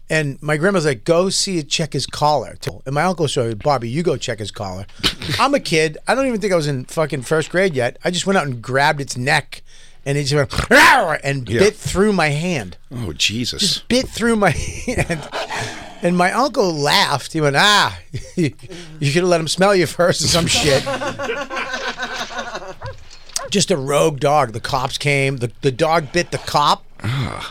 And my grandma's like, go see it, check his collar. And my uncle showed Bobby, you go check his collar. I'm a kid. I don't even think I was in fucking first grade yet. I just went out and grabbed its neck and it just went "Rawr!" and Yeah. bit through my hand, Oh Jesus! bit through my hand. And my uncle laughed. He went, "Ah, you should have let him smell you first or some shit." Just a rogue dog. The cops came. The the dog bit the cop,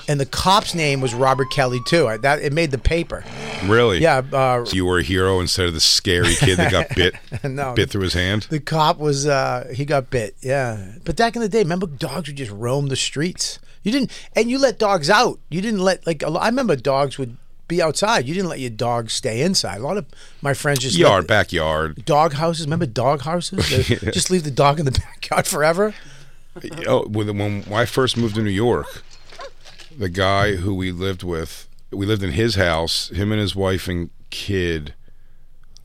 and the cop's name was Robert Kelly too. I, that it made the paper. really? Yeah, uh, you were a hero instead of the scary kid that got bit, No. bit through his hand. The cop was uh he got bit, yeah. But back in the day, remember dogs would just roam the streets. You didn't and you let dogs out. You didn't let like a lo- I remember dogs would be outside. You didn't let your dog stay inside. A lot of my friends just let Yard, the- backyard. dog houses. Remember dog houses? They Just leave the dog in the backyard forever. Oh, when, when I first moved to New York, the guy who we lived with, we lived in his house. Him and his wife and kid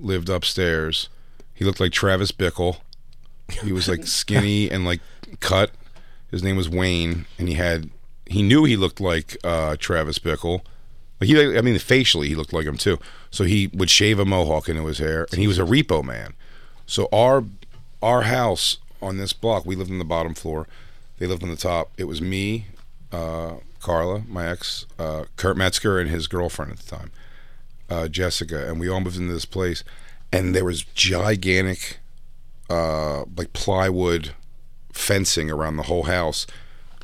lived upstairs. He looked like Travis Bickle. He was like skinny and like cut. His name was Wayne, and he had he knew he looked like uh, Travis Bickle. Like he, I mean, facially he looked like him too. So he would shave a mohawk into his hair, and he was a repo man. So our our house on this block, we lived on the bottom floor. They lived on the top. It was me, uh, Carla, my ex, uh, Kurt Metzger, and his girlfriend at the time, uh, Jessica, and we all moved into this place. And there was gigantic, uh, like plywood fencing around the whole house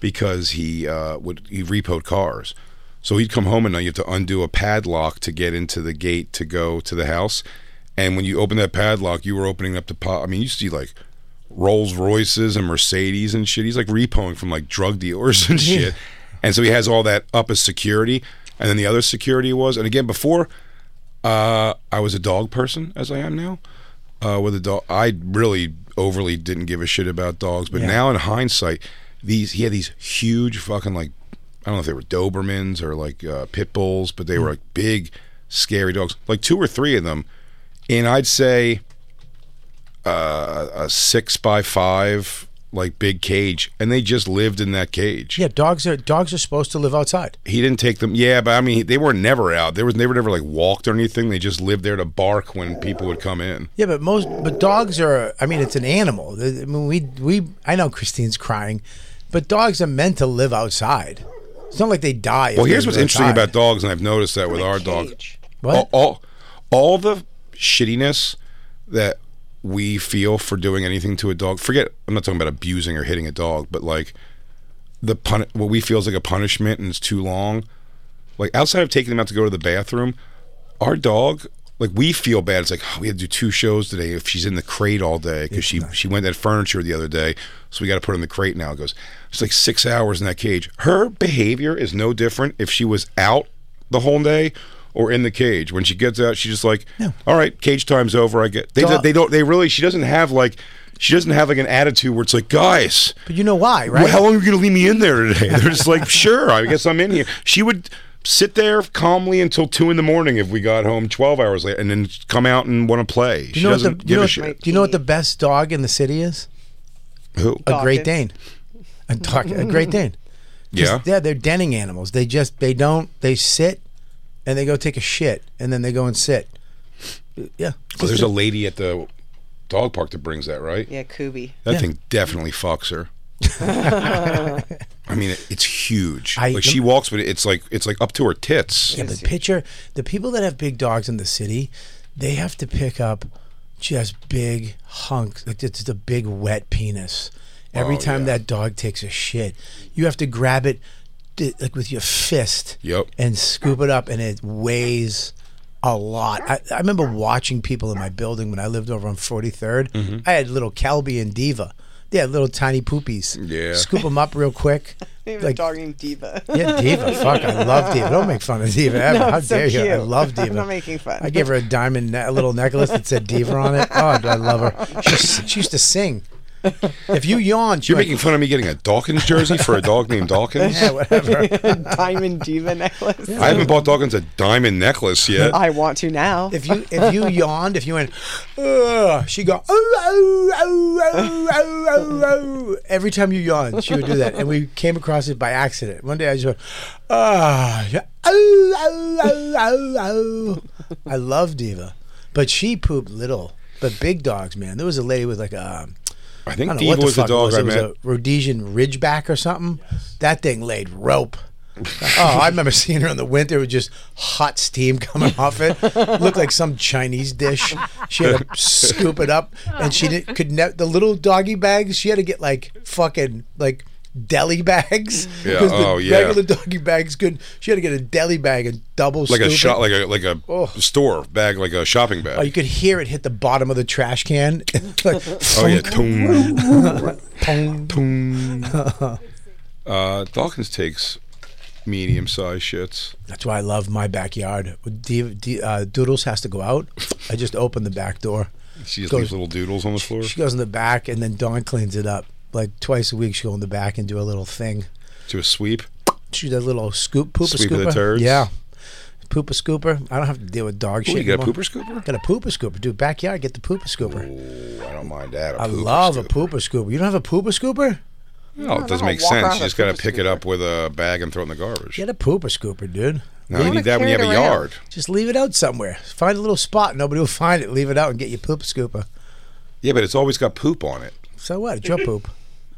because he uh, would he repoed cars. So he'd come home and now you have to undo a padlock to get into the gate to go to the house. And when you open that padlock, you were opening up the pot. I mean, you see like Rolls Royces and Mercedes and shit. He's like repoing from like drug dealers and shit. And so he has all that up as security. And then the other security was, and again, before uh, I was a dog person as I am now. Uh, with a dog, I really overly didn't give a shit about dogs, but now in hindsight, these he had these huge fucking like I don't know if they were Dobermans or like uh, pit bulls, but they were like big, scary dogs, like two or three of them, and I'd say uh, a six by five like big cage, and they just lived in that cage Yeah, dogs are dogs are supposed to live outside. he didn't take them. Yeah, but I mean, they were never out. They was they were never like walked or anything. They just lived there to bark when people would come in. Yeah, but most but dogs are. I mean, it's an animal. I mean, we we. I know Christine's crying, but dogs are meant to live outside. It's not like they die. if Well, they here's what's live interesting outside. about dogs, and I've noticed that with our dog. Cage. What? All, all all the shittiness that we feel for doing anything to a dog. Forget, I'm not talking about abusing or hitting a dog, but like the pun what we feel is like a punishment and it's too long. Like outside of taking them out to go to the bathroom, our dog like we feel bad. It's like oh, we had to do two shows today. If she's in the crate all day because she she went at furniture the other day, so we got to put her in the crate now. It goes it's like six hours in that cage. Her behavior is no different if she was out the whole day or in the cage. When she gets out, she's just like, "All right, cage time's over. I get." They, they don't. They really. She doesn't have like. She doesn't have like an attitude where it's like, guys, But you know why, right? well, how long are you going to leave me in there today? They're just like, sure, I guess I'm in here. She would sit there calmly until two in the morning if we got home 12 hours later and then come out and want to play. do She you know what the, doesn't do you give know a what- shit. do you know what the best dog in the city is? Who? Uh, A Great Dawkins. Dane. A dog, a Great Dane. Yeah. Yeah, they're denning animals. They just they don't they sit and they go take a shit and then they go and sit. Yeah. Well, there's a lady at the dog park that brings that, right? Yeah, Kubi. That thing definitely fucks her. I mean, it, it's huge. I- like she walks with it. It's like it's like up to her tits. Yeah, but picture the people that have big dogs in the city, they have to pick up just big hunks, like it's just a big wet penis. Every Oh, time yeah. that dog takes a shit, you have to grab it di- like with your fist Yep. and scoop it up, and it weighs a lot. I, I remember watching people in my building when I lived over on 43rd. Mm-hmm. I had little Calby and Diva. They had little tiny poopies. Yeah. Scoop them up real quick. like dogging diva. yeah, Diva. Fuck, I love Diva. Don't make fun of Diva ever. How it's so dare you? I cute. love I'm Diva. not making fun. I gave her a diamond, ne- a little necklace that said Diva on it. Oh, do I love her. She, s- she used to sing. If you yawned, she You're went, making fun of me getting a Dawkins jersey for a dog named Dawkins. yeah, whatever. Diamond diva necklace. I haven't bought Dawkins a diamond necklace yet. I want to now. If you if you yawned, if you went, Ugh, she go, oh, oh, oh, oh, oh, oh, oh. Every time you yawned, she would do that, and we came across it by accident. One day I just went, ah, yeah, oh, oh, oh, oh, oh. I love Diva, but she pooped little. But big dogs, man. There was a lady with like a um, I I think don't know Diva what the was the fuck it dog was. I it was met. a Rhodesian Ridgeback or something. That thing laid rope. oh, I remember seeing her in the winter with just hot steam coming off it. Looked like some Chinese dish. She had to scoop it up, and she did, could ne- the little doggy bags. She had to get like fucking like deli bags Yeah, the oh, yeah. regular doggy bags couldn't. She had to get a deli bag and double like scoop it. a shot, like a like a Oh. store bag, like a shopping bag. Oh, you could hear it hit the bottom of the trash can. like, oh yeah, Tung. pong. Uh, Dawkins takes medium sized shits. That's why I love my backyard. D, D, uh, Doodles has to go out. I just open the back door. She just Goes- leaves little doodles on the floor. She goes in the back, and then Dawn cleans it up. Like twice a week, she go in the back and do a little thing. Do a sweep. She does a little scoop, pooper Sweep of scooper. the turds? Yeah, pooper scooper. I don't have to deal with dog Ooh, shit. you got a anymore. pooper scooper? Got a pooper scooper, dude. Backyard, get the pooper scooper. Ooh, I don't mind that. A I pooper love scooper. a pooper scooper. You don't have a pooper scooper? No, it doesn't make walk sense. around You a just got pooper to pick it up with a bag and throw it in the garbage. Get a pooper scooper, dude. No, you need that when you carry have it a around. yard. Just leave it out somewhere. Find a little spot. Nobody will find it. Leave it out and get your pooper scooper. Yeah, but it's always got poop on it. So what? It's your poop.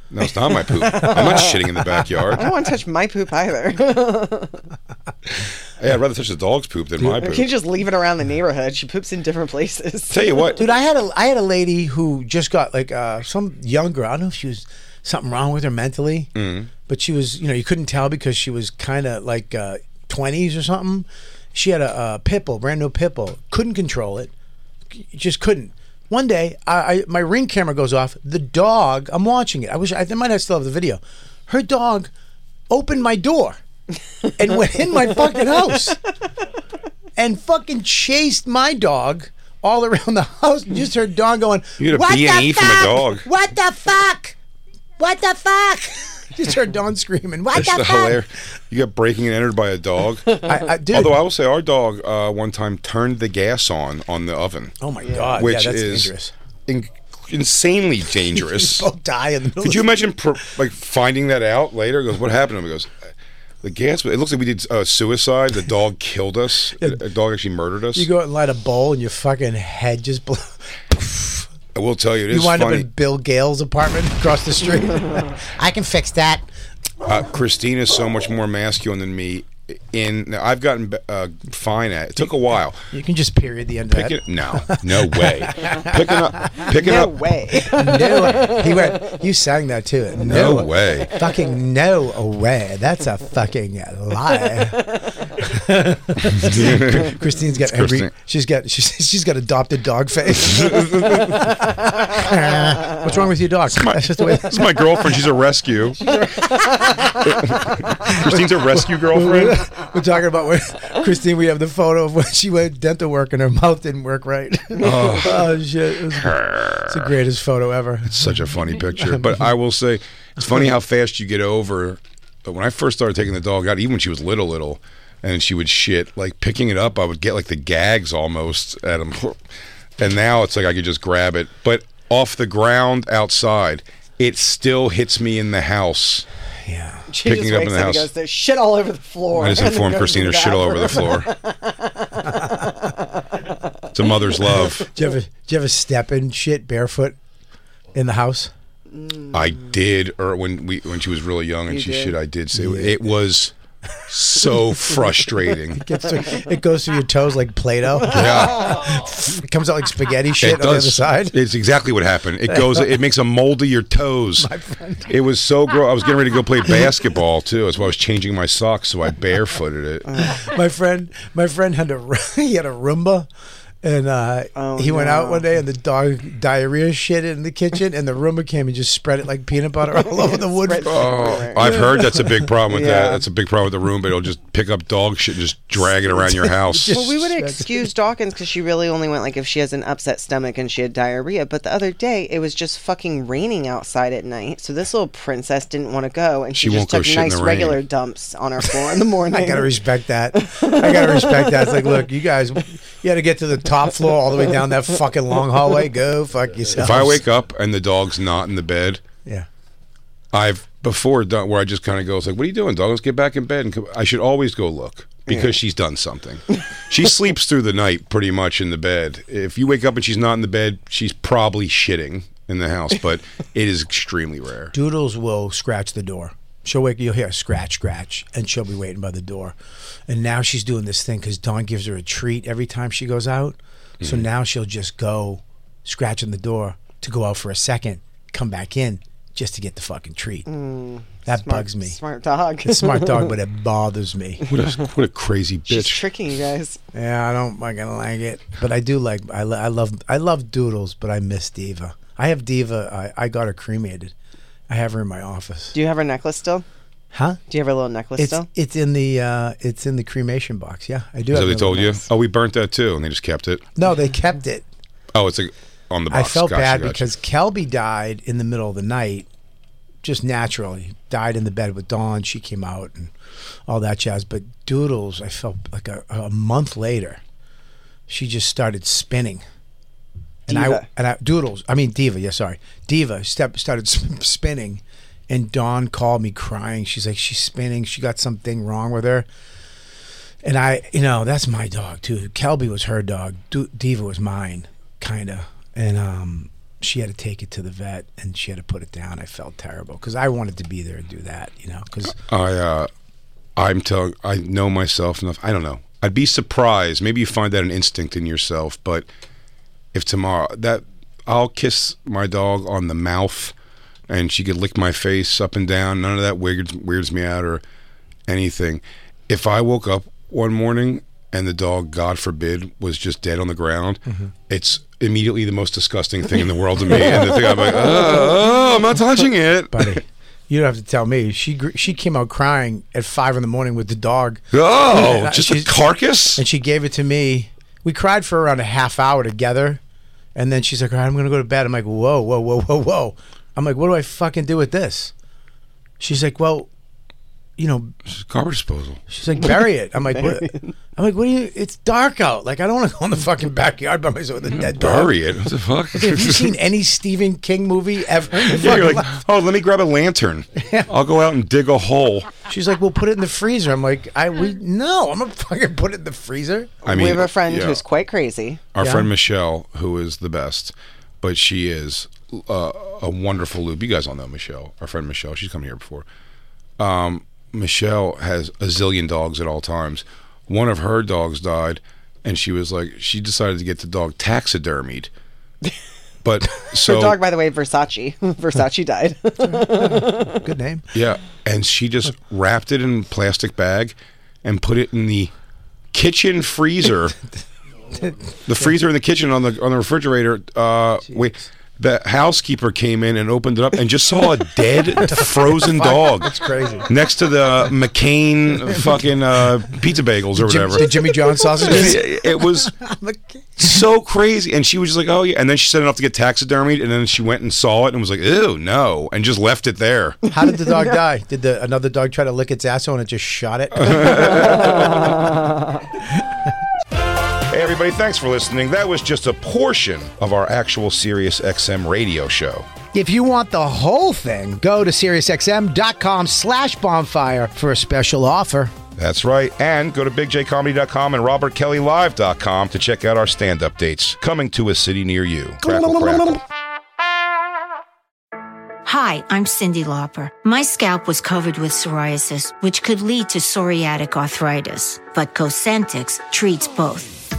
No, it's not my poop. I'm not shitting in the backyard. I don't want to touch my poop either. Hey, I'd rather touch the dog's poop than my You can poop. just leave it around the neighborhood. She poops in different places. Tell you what, Dude, I had a I had a lady who just got like uh, some young girl. I don't know if she was something wrong with her mentally, but she was you know you couldn't tell because she was kind of like uh, twenties or something. She had a, a pit bull, brand new pit bull. Couldn't control it, C- just couldn't. One day, I, I my ring camera goes off. The dog, I'm watching it. I wish I, I might have still have the video. Her dog opened my door and went in my fucking house and fucking chased my dog all around the house. And just heard Dawn going, You get a "What B and E the from a fuck? dog." What the fuck? What the fuck?" Just heard Dawn screaming, "What it's the hilarious. fuck?" You got breaking and entered by a dog. I, I, dude, Although I will say, our dog uh, one time turned the gas on on the oven, oh my god, which yeah, that's is dangerous. in- insanely dangerous. People die in the middle. Could you of- imagine pr- like finding that out later? It Goes, what happened? And he goes, the gas. It looks like we did uh, suicide. The dog killed us. A dog actually murdered us. You go out and light a bowl, and your fucking head just blows. I will tell you, it is You wind funny. up in Bill Gale's apartment across the street. I can fix that. Uh, Christine is so much more masculine than me. In now, I've gotten uh, fine at. It took a while. You can just period the end of Picking, no, no way. Picking up, picking No up. way. that. No, he went. You sang that too. No way. Fucking no way. That's a fucking lie. Christine's got every. Christine. She's got she's, she's got adopted dog face. What's wrong with your dog? That's just the way. This is my girlfriend. She's a rescue. Christine's a rescue girlfriend. We're talking about when Christine. We have the photo of when she went dental work and her mouth didn't work right. Oh, shit! It was- it's the greatest photo ever. Such a funny picture. But I will say, it's funny how fast you get over. But when I first started taking the dog out, even when she was little, little, and she would shit, like picking it up, I would get like the gags almost at them. And now it's like I could just grab it. But off the ground outside, it still hits me in the house. She Picking just it up wakes in the and house. goes, "There's shit all over the floor." I just and then informed goes to Christine the there's shit all over the bathroom. floor. it's a mother's love. Do you ever do you ever step in shit barefoot in the house? I did, or when we when she was really young and You she did? shit, I did say it was so frustrating. Gets through, it goes through your toes like Play-Doh. Yeah, It comes out like spaghetti shit on it the other side. It's exactly what happened. It goes. It makes a mold of your toes. It was so gross. I was getting ready to go play basketball too. That's why I was changing my socks, so I barefooted it. my friend my friend had a he had a Roomba and uh, Oh, he went out no. one day and the dog diarrhea shit in the kitchen and the Roomba came and just spread it like peanut butter all over the wood. Spread- Oh, I've heard that's a big problem with Yeah. that. That's a big problem with the room, but it'll just pick up dog shit and just drag it around your house. Well, we would excuse Dawkins because she really only went like if she has an upset stomach and she had diarrhea. But the other day, it was just fucking raining outside at night. So this little princess didn't want to go, and She she, won't just go took shit in nice the rain. regular dumps on our floor in the morning. I gotta respect that. I gotta respect that. It's like, look, you guys, you had to get to the top floor all the way down that fucking long hallway. Go fuck yourself. If I wake up and the dog's not in the bed, yeah, I've before done where I just kind of go, it's like, what are you doing, dog? Let's get back in bed. And come. I should always go look because she's done something. she sleeps through the night pretty much in the bed. If you wake up and she's not in the bed, she's probably shitting in the house, but it is extremely rare. Doodles will scratch the door. She'll wake. You'll hear a scratch, scratch, and she'll be waiting by the door. And now she's doing this thing because Dawn gives her a treat every time she goes out. So now she'll just go scratching the door to go out for a second, come back in just to get the fucking treat. that bugs me. Mm, Smart dog. It's a smart dog, but it bothers me. What a, what a crazy She's bitch. tricking you guys. Yeah, I don't fucking like it, but I do like. I, lo- I love. I love Doodles, but I miss Diva. I have Diva. I, I got her cremated. I have her in my office. Do you have her necklace still? Huh? Do you have her little necklace It's still? it's in the uh, it's in the cremation box. Yeah, I do. Is have that what they my told you? box. Oh, we burnt that too, and they just kept it. No, they kept it. Oh, it's like on the I box. felt Gotcha, bad gotcha. because Kelby died in the middle of the night, just naturally. Died in the bed with Dawn. She came out and all that jazz. But Doodles, I felt like a, a month later, she just started spinning. And I Diva. and I Doodles. I mean Diva. Yeah, sorry, Diva. Step started sp- spinning, and Dawn called me crying. She's like, she's spinning. She got something wrong with her. And I, you know, that's my dog too. Kelby was her dog. Du- Diva was mine, kind of. And um, she had to take it to the vet, and she had to put it down. I felt terrible because I wanted to be there and do that, you know. Because I uh, I'm telling I know myself enough. I don't know. I'd be surprised. Maybe you find that an instinct in yourself, but if tomorrow that I'll kiss my dog on the mouth and she could lick my face up and down. None of that weirds weirds me out or anything. If I woke up one morning and the dog, God forbid, was just dead on the ground, Mm-hmm. it's immediately the most disgusting thing in the world to me. and the thing I'm like, oh, oh, I'm not touching it. buddy, you don't have to tell me. She gr- she came out crying at five in the morning with the dog, Oh, And just she's- a carcass. and she gave it to me. We cried for around a half hour together, and then she's like, "All right, I'm gonna go to bed." I'm like, "Whoa, whoa, whoa, whoa, whoa!" I'm like, "What do I fucking do with this?" She's like, "Well." You know, Garbage disposal. She's like, bury it. I'm like, what? I'm like, what do you? It's dark out. Like, I don't want to go in the fucking backyard by myself with a dead dog. Bury it. What the fuck? Have you seen any Stephen King movie ever? in your yeah, you're fucking like, life? oh, let me grab a lantern. I'll go out and dig a hole. She's like, we'll put it in the freezer. I'm like, I we no, I'm gonna fucking put it in the freezer. I we have a friend yeah. who's quite crazy. our Yeah. friend Michelle, who is the best, but she is uh, a wonderful loop. You guys all know Michelle, our friend Michelle. She's come here before. Um, Michelle has a zillion dogs at all times. One of her dogs died, and she was like, she decided to get the dog taxidermied. But so Her dog, by the way, Versace. Versace died. Good name. Yeah, and she just wrapped it in a plastic bag and put it in the kitchen freezer. the freezer in the kitchen on the on the refrigerator. Uh, wait, the housekeeper came in and opened it up and just saw a dead frozen dog. That's crazy. Next to the McCain fucking uh, pizza bagels or Jim- whatever. the Jimmy John sausages? It, it was so crazy, and she was just like, "Oh yeah," and then she sent it off to get taxidermied, and then she went and saw it and was like, "Ew, no," and just left it there. How did the dog die? Did the another dog try to lick its asshole and it just shot it? Hey, everybody, thanks for listening. That was just a portion of our actual Sirius XM radio show. If you want the whole thing, go to SiriusXM.com slash bonfire for a special offer. That's right. And go to bigjcomedy.com and robertkellylive.com to check out our stand up dates coming to a city near you. Crackle, crackle. Hi, I'm Cindy Lauper. My scalp was covered with psoriasis, which could lead to psoriatic arthritis, but Cosentix treats both.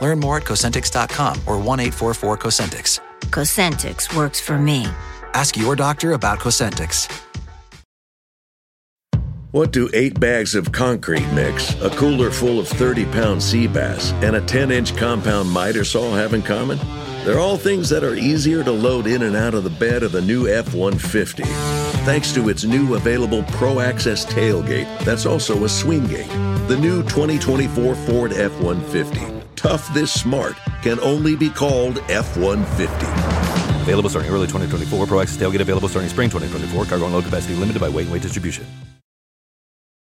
Learn more at Cosentix.com or 1 844 Cosentix. Cosentix works for me. Ask your doctor about Cosentix. What do eight bags of concrete mix, a cooler full of 30 pound sea bass, and a 10 inch compound miter saw have in common? They're all things that are easier to load in and out of the bed of the new F 150, thanks to its new available Pro Access tailgate that's also a swing gate. The new 2024 Ford F 150, tough this smart, can only be called F 150. Available starting early 2024. Pro Access tailgate available starting spring 2024. Cargo and load capacity limited by weight and weight distribution.